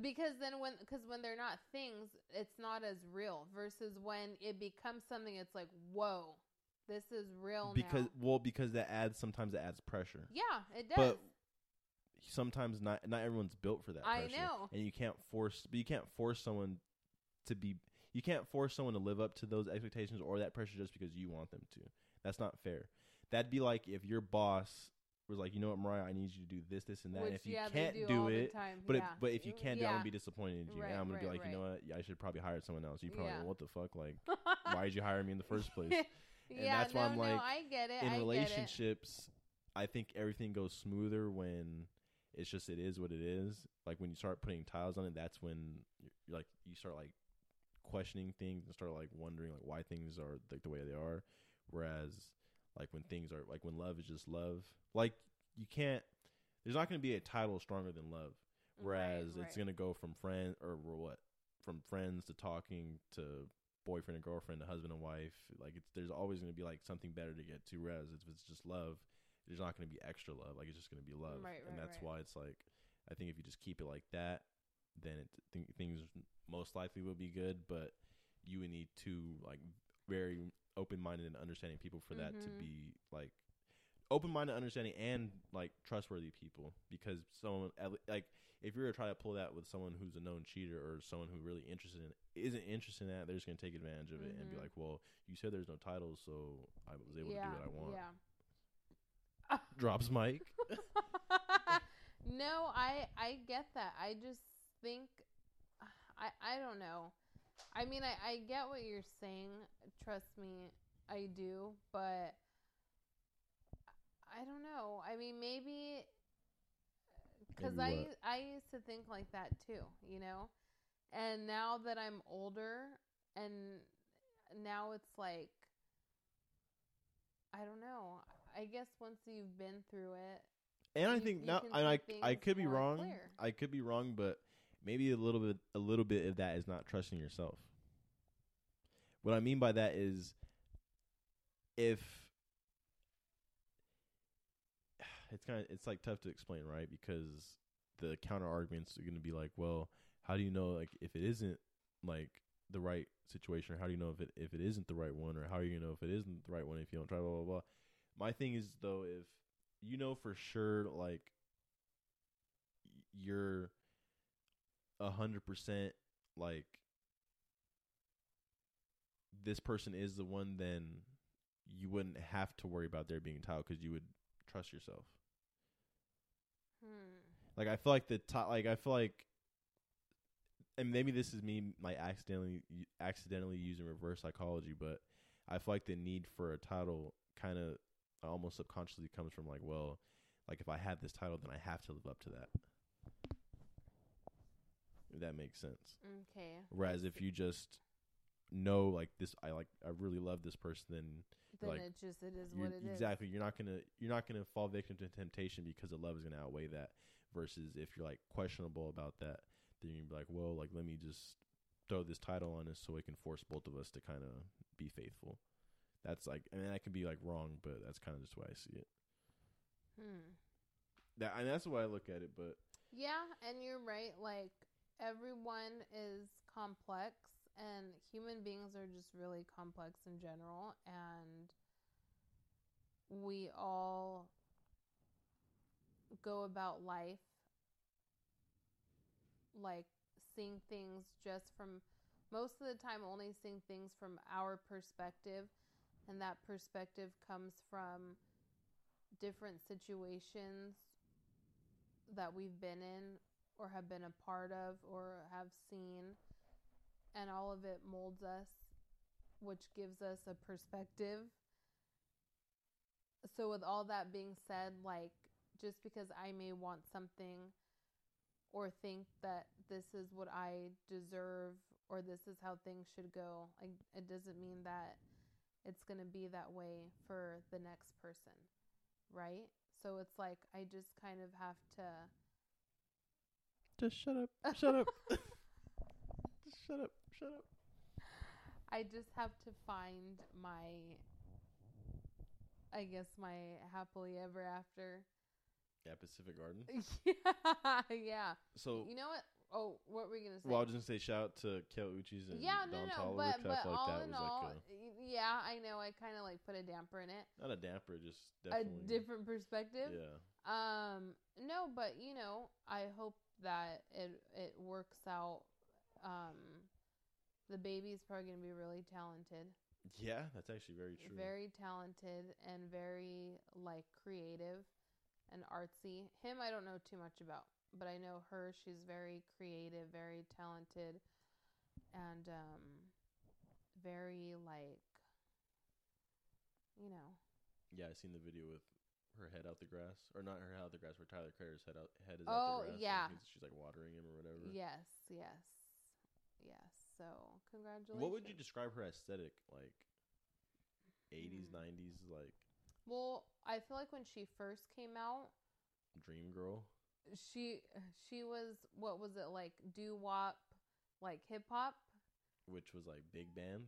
[SPEAKER 2] because then when because when they're not things it's not as real versus when it becomes something it's like whoa this is real
[SPEAKER 3] because
[SPEAKER 2] now.
[SPEAKER 3] well, because that adds sometimes it adds pressure.
[SPEAKER 2] yeah it does
[SPEAKER 3] but sometimes not not everyone's built for that.
[SPEAKER 2] I
[SPEAKER 3] pressure,
[SPEAKER 2] know.
[SPEAKER 3] and you can't force, but you can't force someone to be. You can't force someone to live up to those expectations or that pressure just because you want them to. That's not fair. That'd be like if your boss was like, you know what, Mariah, I need you to do this, this, and that. and
[SPEAKER 2] Which,
[SPEAKER 3] if you
[SPEAKER 2] yeah, they
[SPEAKER 3] can't
[SPEAKER 2] do
[SPEAKER 3] do,
[SPEAKER 2] all the
[SPEAKER 3] it,
[SPEAKER 2] time,
[SPEAKER 3] but
[SPEAKER 2] yeah.
[SPEAKER 3] if, but if you can do, it, I'm
[SPEAKER 2] Yeah.
[SPEAKER 3] gonna be disappointed in you.
[SPEAKER 2] Right,
[SPEAKER 3] and I'm gonna
[SPEAKER 2] right,
[SPEAKER 3] be like, you know what, yeah, I should probably hire someone else. You probably
[SPEAKER 2] Yeah.
[SPEAKER 3] like, what the fuck, like, why did you hire me in the first place?
[SPEAKER 2] yeah
[SPEAKER 3] that's
[SPEAKER 2] no,
[SPEAKER 3] why I'm
[SPEAKER 2] no,
[SPEAKER 3] like,
[SPEAKER 2] i get it
[SPEAKER 3] in
[SPEAKER 2] I get
[SPEAKER 3] relationships, I think everything goes smoother when it's just it is what it is. Like when you start putting tiles on it, that's when you're, you're like you start like questioning things and start like wondering like why things are like the way they are. Whereas like when things are like when love is just love, like you can't. There's not going to be a title stronger than love.
[SPEAKER 2] Right,
[SPEAKER 3] Whereas
[SPEAKER 2] right.
[SPEAKER 3] it's going to go from friend or we're what from friends to talking to boyfriend and girlfriend to husband and wife. Like it's there's always going to be like something better to get to. Whereas if it's just love, there's not going to be extra love. Like it's just going to be love,
[SPEAKER 2] Right, right,
[SPEAKER 3] and that's
[SPEAKER 2] right.
[SPEAKER 3] why it's like I think if you just keep it like that, then it th- things most likely will be good. But you would need two like very open minded and understanding people for that to
[SPEAKER 2] Mhm.
[SPEAKER 3] be like open minded, understanding, and like trustworthy people. Because someone at le- like if you're to try to pull that with someone who's a known cheater or someone who really interested in isn't interested in that, they're just gonna take advantage of it and be
[SPEAKER 2] Mhm.
[SPEAKER 3] like, well, you said there's no titles, so I was
[SPEAKER 2] it
[SPEAKER 3] able
[SPEAKER 2] yeah
[SPEAKER 3] to do what I want.
[SPEAKER 2] yeah
[SPEAKER 3] Drops mic.
[SPEAKER 2] no, I I get that. I just think I I don't know. I mean, I, I get what you're saying. Trust me, I do. But I don't know. I mean, maybe because
[SPEAKER 3] Maybe
[SPEAKER 2] I
[SPEAKER 3] what?
[SPEAKER 2] u- I used to think like that too, you know. And now that I'm older, and now it's like I don't know. I guess once you've been through it,
[SPEAKER 3] And I
[SPEAKER 2] You-
[SPEAKER 3] think
[SPEAKER 2] you
[SPEAKER 3] now,
[SPEAKER 2] can
[SPEAKER 3] and I
[SPEAKER 2] see
[SPEAKER 3] I
[SPEAKER 2] things
[SPEAKER 3] could be
[SPEAKER 2] more
[SPEAKER 3] wrong.
[SPEAKER 2] clear.
[SPEAKER 3] I could be wrong, but maybe a little bit a little bit of that is not trusting yourself. What I mean by that is, if it's kind of it's like tough to explain, right? Because the counter arguments are going to be like, well, how do you know like if it isn't like the right situation, or how do you know if it if it isn't the right one, or how are you gonna know if it isn't the right one if you don't try, blah blah blah. My thing is though, if you know for sure like y- you're a hundred percent like this person is the one, then you wouldn't have to worry about there being tile because you would trust yourself.
[SPEAKER 2] hmm.
[SPEAKER 3] Like I feel like the top. Like I feel like, and maybe this is me like accidentally accidentally using reverse psychology, but I feel like the need for a title kind of almost subconsciously comes from like, well, like if I have this title, then I have to live up to that. If that makes sense.
[SPEAKER 2] Okay.
[SPEAKER 3] Whereas if you just know like this, I like I really love this person, then
[SPEAKER 2] Then
[SPEAKER 3] like,
[SPEAKER 2] it just it is
[SPEAKER 3] you're-
[SPEAKER 2] what it is.
[SPEAKER 3] exactly. You're not gonna you're not gonna fall victim to temptation because the love is gonna outweigh that. Versus if you're like questionable about that, then you're gonna be like, well, like let me just throw this title on us so it can force both of us to kind of be faithful. That's like, I mean, I could be like wrong, but that's kind of just the way I see it.
[SPEAKER 2] Hmm.
[SPEAKER 3] That and that's the way I look at it. But
[SPEAKER 2] Yeah, and you're right. Like everyone is complex, and human beings are just really complex in general, and we all go about life like seeing things just from most of the time only seeing things from our perspective and that perspective comes from different situations that we've been in or have been a part of or have seen and all of it molds us which gives us a perspective so with all that being said like just because i may want something or think that this is what i deserve or this is how things should go like it doesn't mean that it's going to be that way for the next person right so it's like i just kind of have to
[SPEAKER 3] just shut up, shut up, just shut up, shut up.
[SPEAKER 2] I just have to find my, I guess my happily ever after.
[SPEAKER 3] Yeah, Pacific Garden.
[SPEAKER 2] yeah, yeah.
[SPEAKER 3] So
[SPEAKER 2] You know what? Oh, what were you gonna say?
[SPEAKER 3] well, I was just gonna say shout out to Kel Uchis and
[SPEAKER 2] yeah,
[SPEAKER 3] Don
[SPEAKER 2] no, no,
[SPEAKER 3] Tolliver, 'cause I
[SPEAKER 2] but but
[SPEAKER 3] felt like
[SPEAKER 2] all
[SPEAKER 3] that
[SPEAKER 2] in
[SPEAKER 3] was
[SPEAKER 2] all,
[SPEAKER 3] like
[SPEAKER 2] y- yeah, I know. I kind of like put a damper in it,
[SPEAKER 3] a, not a damper, just definitely
[SPEAKER 2] a different perspective.
[SPEAKER 3] Yeah.
[SPEAKER 2] Um, no, but you know, I hope that it it works out. Um, the baby's probably gonna be really talented.
[SPEAKER 3] Yeah, that's actually very true.
[SPEAKER 2] very talented and very like creative and artsy. Him, I don't know too much about, but I know her. She's very creative, very talented, and um, very like, you know,
[SPEAKER 3] yeah, I seen the video with her head out the grass, or not her head out the grass, where Tyler Crater's head out head is
[SPEAKER 2] Oh,
[SPEAKER 3] out the grass. and
[SPEAKER 2] yeah.
[SPEAKER 3] he's- she's like watering him or whatever.
[SPEAKER 2] yes, yes, yes. So congratulations.
[SPEAKER 3] What would you describe her aesthetic like? 80s,
[SPEAKER 2] Hmm.
[SPEAKER 3] 90s, like
[SPEAKER 2] Well, I feel like when she first came out,
[SPEAKER 3] dream girl.
[SPEAKER 2] she she was what was it like doo wop, like hip hop.
[SPEAKER 3] Which was like big band.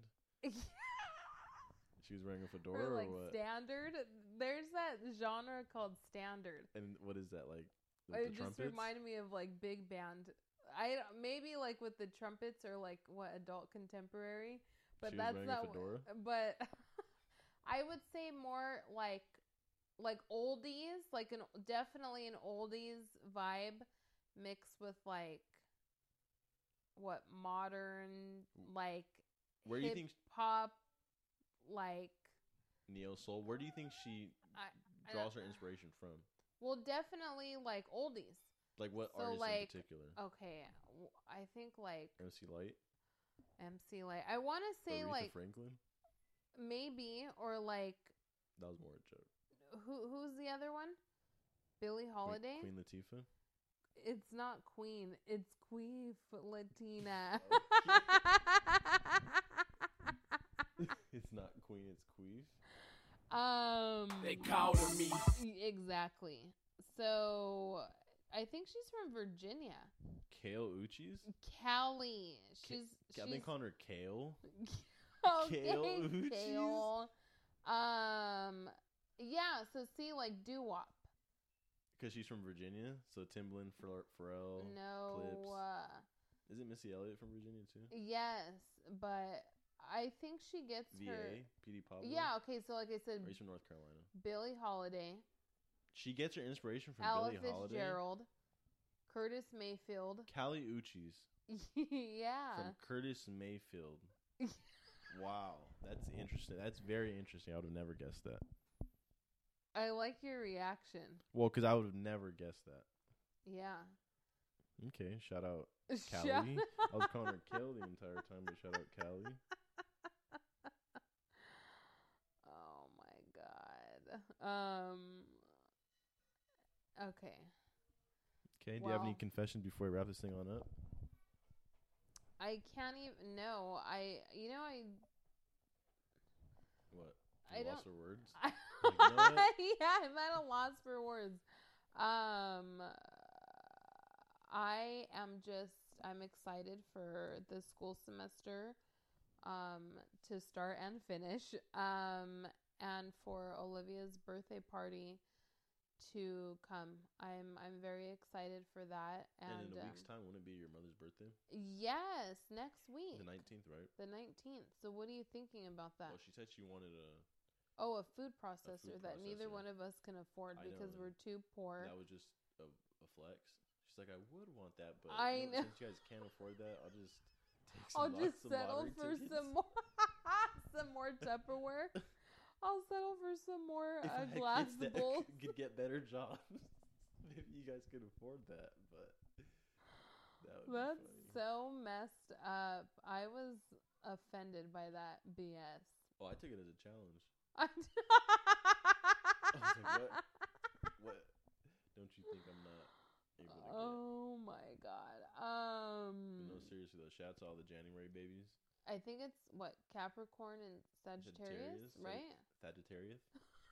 [SPEAKER 3] She was wearing a fedora
[SPEAKER 2] or
[SPEAKER 3] or,
[SPEAKER 2] like
[SPEAKER 3] what?
[SPEAKER 2] standard. There's that genre called standard.
[SPEAKER 3] and what is that like? with
[SPEAKER 2] it
[SPEAKER 3] the
[SPEAKER 2] just
[SPEAKER 3] trumpets?
[SPEAKER 2] reminded me of like big band. I don't- maybe like with the trumpets or like what adult contemporary, but
[SPEAKER 3] She was
[SPEAKER 2] that's
[SPEAKER 3] wearing a
[SPEAKER 2] not. wh-
[SPEAKER 3] fedora?
[SPEAKER 2] But I would say more like like oldies, like an definitely an oldies vibe mixed with like what modern like
[SPEAKER 3] Where do you think
[SPEAKER 2] pop like
[SPEAKER 3] neo soul? Where do you think she
[SPEAKER 2] I- I don't-
[SPEAKER 3] draws her inspiration from?
[SPEAKER 2] Well, definitely like oldies.
[SPEAKER 3] Like what
[SPEAKER 2] So,
[SPEAKER 3] artists
[SPEAKER 2] like, oh,
[SPEAKER 3] in particular?
[SPEAKER 2] Okay, w- I think like
[SPEAKER 3] MC Light.
[SPEAKER 2] MC Light. I want to say
[SPEAKER 3] Aretha
[SPEAKER 2] like
[SPEAKER 3] Franklin.
[SPEAKER 2] maybe or like
[SPEAKER 3] That was more a joke.
[SPEAKER 2] who who's the other one? Billie
[SPEAKER 3] Queen-
[SPEAKER 2] Holiday.
[SPEAKER 3] Queen Latifah.
[SPEAKER 2] It's not Queen. It's Queef Latina.
[SPEAKER 3] it's not Queen. It's Queef.
[SPEAKER 2] um.
[SPEAKER 6] They called her me.
[SPEAKER 2] Exactly. So I think she's from Virginia.
[SPEAKER 3] Kale Uchis.
[SPEAKER 2] Callie. She's.
[SPEAKER 3] I've
[SPEAKER 2] she's
[SPEAKER 3] been calling her Kale.
[SPEAKER 2] okay,
[SPEAKER 3] Kale Uchis?
[SPEAKER 2] Kale. Um. Yeah. So see, like doo wop.
[SPEAKER 3] Because she's from Virginia, so Timbaland, Pharrell. Pharrell.
[SPEAKER 2] No.
[SPEAKER 3] Oh, Clips.
[SPEAKER 2] Uh,
[SPEAKER 3] Isn't Missy Elliott from Virginia too?
[SPEAKER 2] yes, but I think she gets her.
[SPEAKER 3] VA, PD Pablo.
[SPEAKER 2] Yeah. Okay. So like I said,
[SPEAKER 3] Or he's from North Carolina.
[SPEAKER 2] Billie Holiday,
[SPEAKER 3] She gets her inspiration from
[SPEAKER 2] Ella
[SPEAKER 3] Billie Holiday.
[SPEAKER 2] Fitzgerald, Curtis Mayfield.
[SPEAKER 3] Callie Uchis
[SPEAKER 2] yeah.
[SPEAKER 3] from Curtis Mayfield. wow, that's interesting. That's very interesting. I would have never guessed that.
[SPEAKER 2] I like your reaction.
[SPEAKER 3] Well, because I would have never guessed that.
[SPEAKER 2] Yeah.
[SPEAKER 3] Okay, shout out
[SPEAKER 2] Shut
[SPEAKER 3] Callie. I was
[SPEAKER 2] up.
[SPEAKER 3] calling her Kale the entire time, but shout out Callie.
[SPEAKER 2] Oh my god. Um. Okay.
[SPEAKER 3] Okay, do you have any
[SPEAKER 2] Well.
[SPEAKER 3] confessions before we wrap this thing on up?
[SPEAKER 2] I can't even. No, I. You know, I.
[SPEAKER 3] What?
[SPEAKER 2] I
[SPEAKER 3] You
[SPEAKER 2] don't-
[SPEAKER 3] lost her words.
[SPEAKER 2] I
[SPEAKER 3] Like, you know what?
[SPEAKER 2] yeah, I'm at a loss for words. Um, I am just. I'm excited for the school semester, um, to start and finish. Um, and for Olivia's birthday party to come. I'm. I'm very excited for that.
[SPEAKER 3] And,
[SPEAKER 2] And,
[SPEAKER 3] in a week's
[SPEAKER 2] um,
[SPEAKER 3] time, wouldn't it be your mother's birthday?
[SPEAKER 2] Yes, next week.
[SPEAKER 3] The nineteenth, right?
[SPEAKER 2] The 19th. So what are you thinking about that?
[SPEAKER 3] Well, she said she wanted a.
[SPEAKER 2] oh, a food processor that neither
[SPEAKER 3] processor.
[SPEAKER 2] one of us can
[SPEAKER 3] I
[SPEAKER 2] afford
[SPEAKER 3] know,
[SPEAKER 2] because
[SPEAKER 3] and
[SPEAKER 2] we're too poor.
[SPEAKER 3] That was just a, a flex. She's like, I would want that, but
[SPEAKER 2] I
[SPEAKER 3] you
[SPEAKER 2] know.
[SPEAKER 3] since you guys can't afford that, I'll just take some
[SPEAKER 2] I'll
[SPEAKER 3] lot-
[SPEAKER 2] just
[SPEAKER 3] some
[SPEAKER 2] settle
[SPEAKER 3] lottery
[SPEAKER 2] for
[SPEAKER 3] tickets."
[SPEAKER 2] some more some more Tupperware. I'll settle for some more
[SPEAKER 3] If I
[SPEAKER 2] uh,
[SPEAKER 3] could
[SPEAKER 2] glass
[SPEAKER 3] get-
[SPEAKER 2] bowls.
[SPEAKER 3] Could get better jobs. Maybe you guys could afford that, but that would
[SPEAKER 2] That's
[SPEAKER 3] be funny.
[SPEAKER 2] so messed up. I was offended by that BS.
[SPEAKER 3] oh, I took it as a challenge.
[SPEAKER 2] I
[SPEAKER 3] like, what? What? Don't you think I'm not able to get?
[SPEAKER 2] oh my god. Um
[SPEAKER 3] But no, seriously though. Shout out to all the January babies.
[SPEAKER 2] I think it's what Capricorn and
[SPEAKER 3] Sagittarius,
[SPEAKER 2] Sagittarius,
[SPEAKER 3] so-
[SPEAKER 2] right?
[SPEAKER 3] Sagittarius,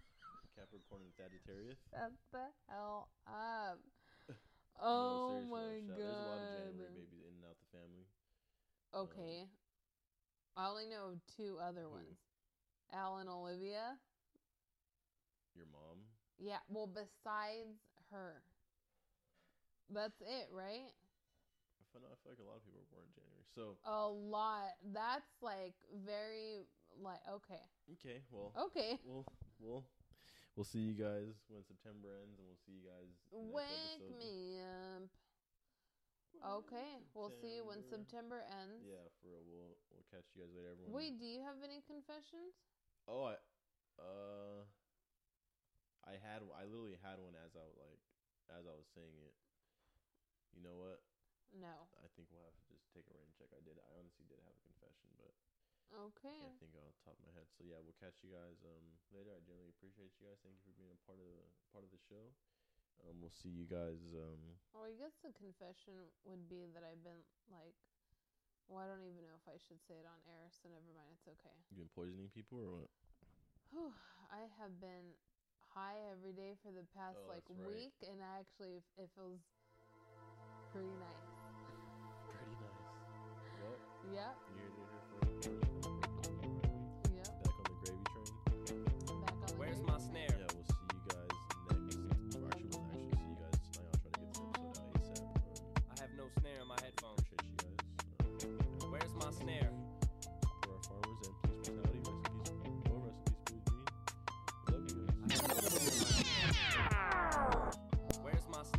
[SPEAKER 3] Capricorn, and Sagittarius.
[SPEAKER 2] Shut the hell up!
[SPEAKER 3] No,
[SPEAKER 2] Oh
[SPEAKER 3] seriously,
[SPEAKER 2] my
[SPEAKER 3] though, shout- There's a lot of January
[SPEAKER 2] god!
[SPEAKER 3] babies in and out the family. um,
[SPEAKER 2] Okay, I only know of two other
[SPEAKER 3] who?
[SPEAKER 2] ones: Al and Olivia.
[SPEAKER 3] Your mom.
[SPEAKER 2] Yeah, well, besides her, that's it, right?
[SPEAKER 3] I feel, I feel like a lot of people were born in January. So
[SPEAKER 2] A lot. That's like very like okay,
[SPEAKER 3] okay, well,
[SPEAKER 2] okay.
[SPEAKER 3] we'll we'll we'll see you guys when September ends, and we'll see you guys. in the next
[SPEAKER 2] Wake
[SPEAKER 3] episode.
[SPEAKER 2] me up. Okay, we'll see you when September ends.
[SPEAKER 3] Yeah, for real. We'll we'll catch you guys later, everyone.
[SPEAKER 2] Wait, do you have any confessions?
[SPEAKER 3] Oh, I, uh, I had I literally had one as I was like as I was saying it. You know what?
[SPEAKER 2] No.
[SPEAKER 3] I think we'll have to just take a rain check. I did. I honestly did have a confession, but I
[SPEAKER 2] Okay.
[SPEAKER 3] can't think off the top of my head. So yeah, we'll catch you guys um later. I generally appreciate you guys. Thank you for being a part of the part of the show. Um, we'll see you guys. Um,
[SPEAKER 2] Well, I guess the confession would be that I've been like, well, I don't even know if I should say it on air, so never mind. It's okay.
[SPEAKER 3] you been poisoning people or what?
[SPEAKER 2] Whew, I have been high every day for the past
[SPEAKER 3] Oh,
[SPEAKER 2] like
[SPEAKER 3] that's right.
[SPEAKER 2] week, and actually, it- it feels pretty nice.
[SPEAKER 3] Pretty nice. Well, you heard
[SPEAKER 2] Yep.
[SPEAKER 3] it here first.
[SPEAKER 2] Yep.
[SPEAKER 3] Back on the gravy train.
[SPEAKER 2] Back on the
[SPEAKER 6] Where's
[SPEAKER 2] gravy
[SPEAKER 6] my
[SPEAKER 2] train.
[SPEAKER 6] snare?
[SPEAKER 3] Yeah, we'll see you guys next. Or actually, we'll actually see you guys tonight. I'll try to get this episode out ASAP. Um,
[SPEAKER 6] I have no snare in my headphones.
[SPEAKER 3] appreciate you guys. Um,
[SPEAKER 6] Where's my snare?
[SPEAKER 3] for our farmers and police brutality, rest in peace. Well, rest in peace, Billie Jean. We Love you guys.
[SPEAKER 6] Where's my snare?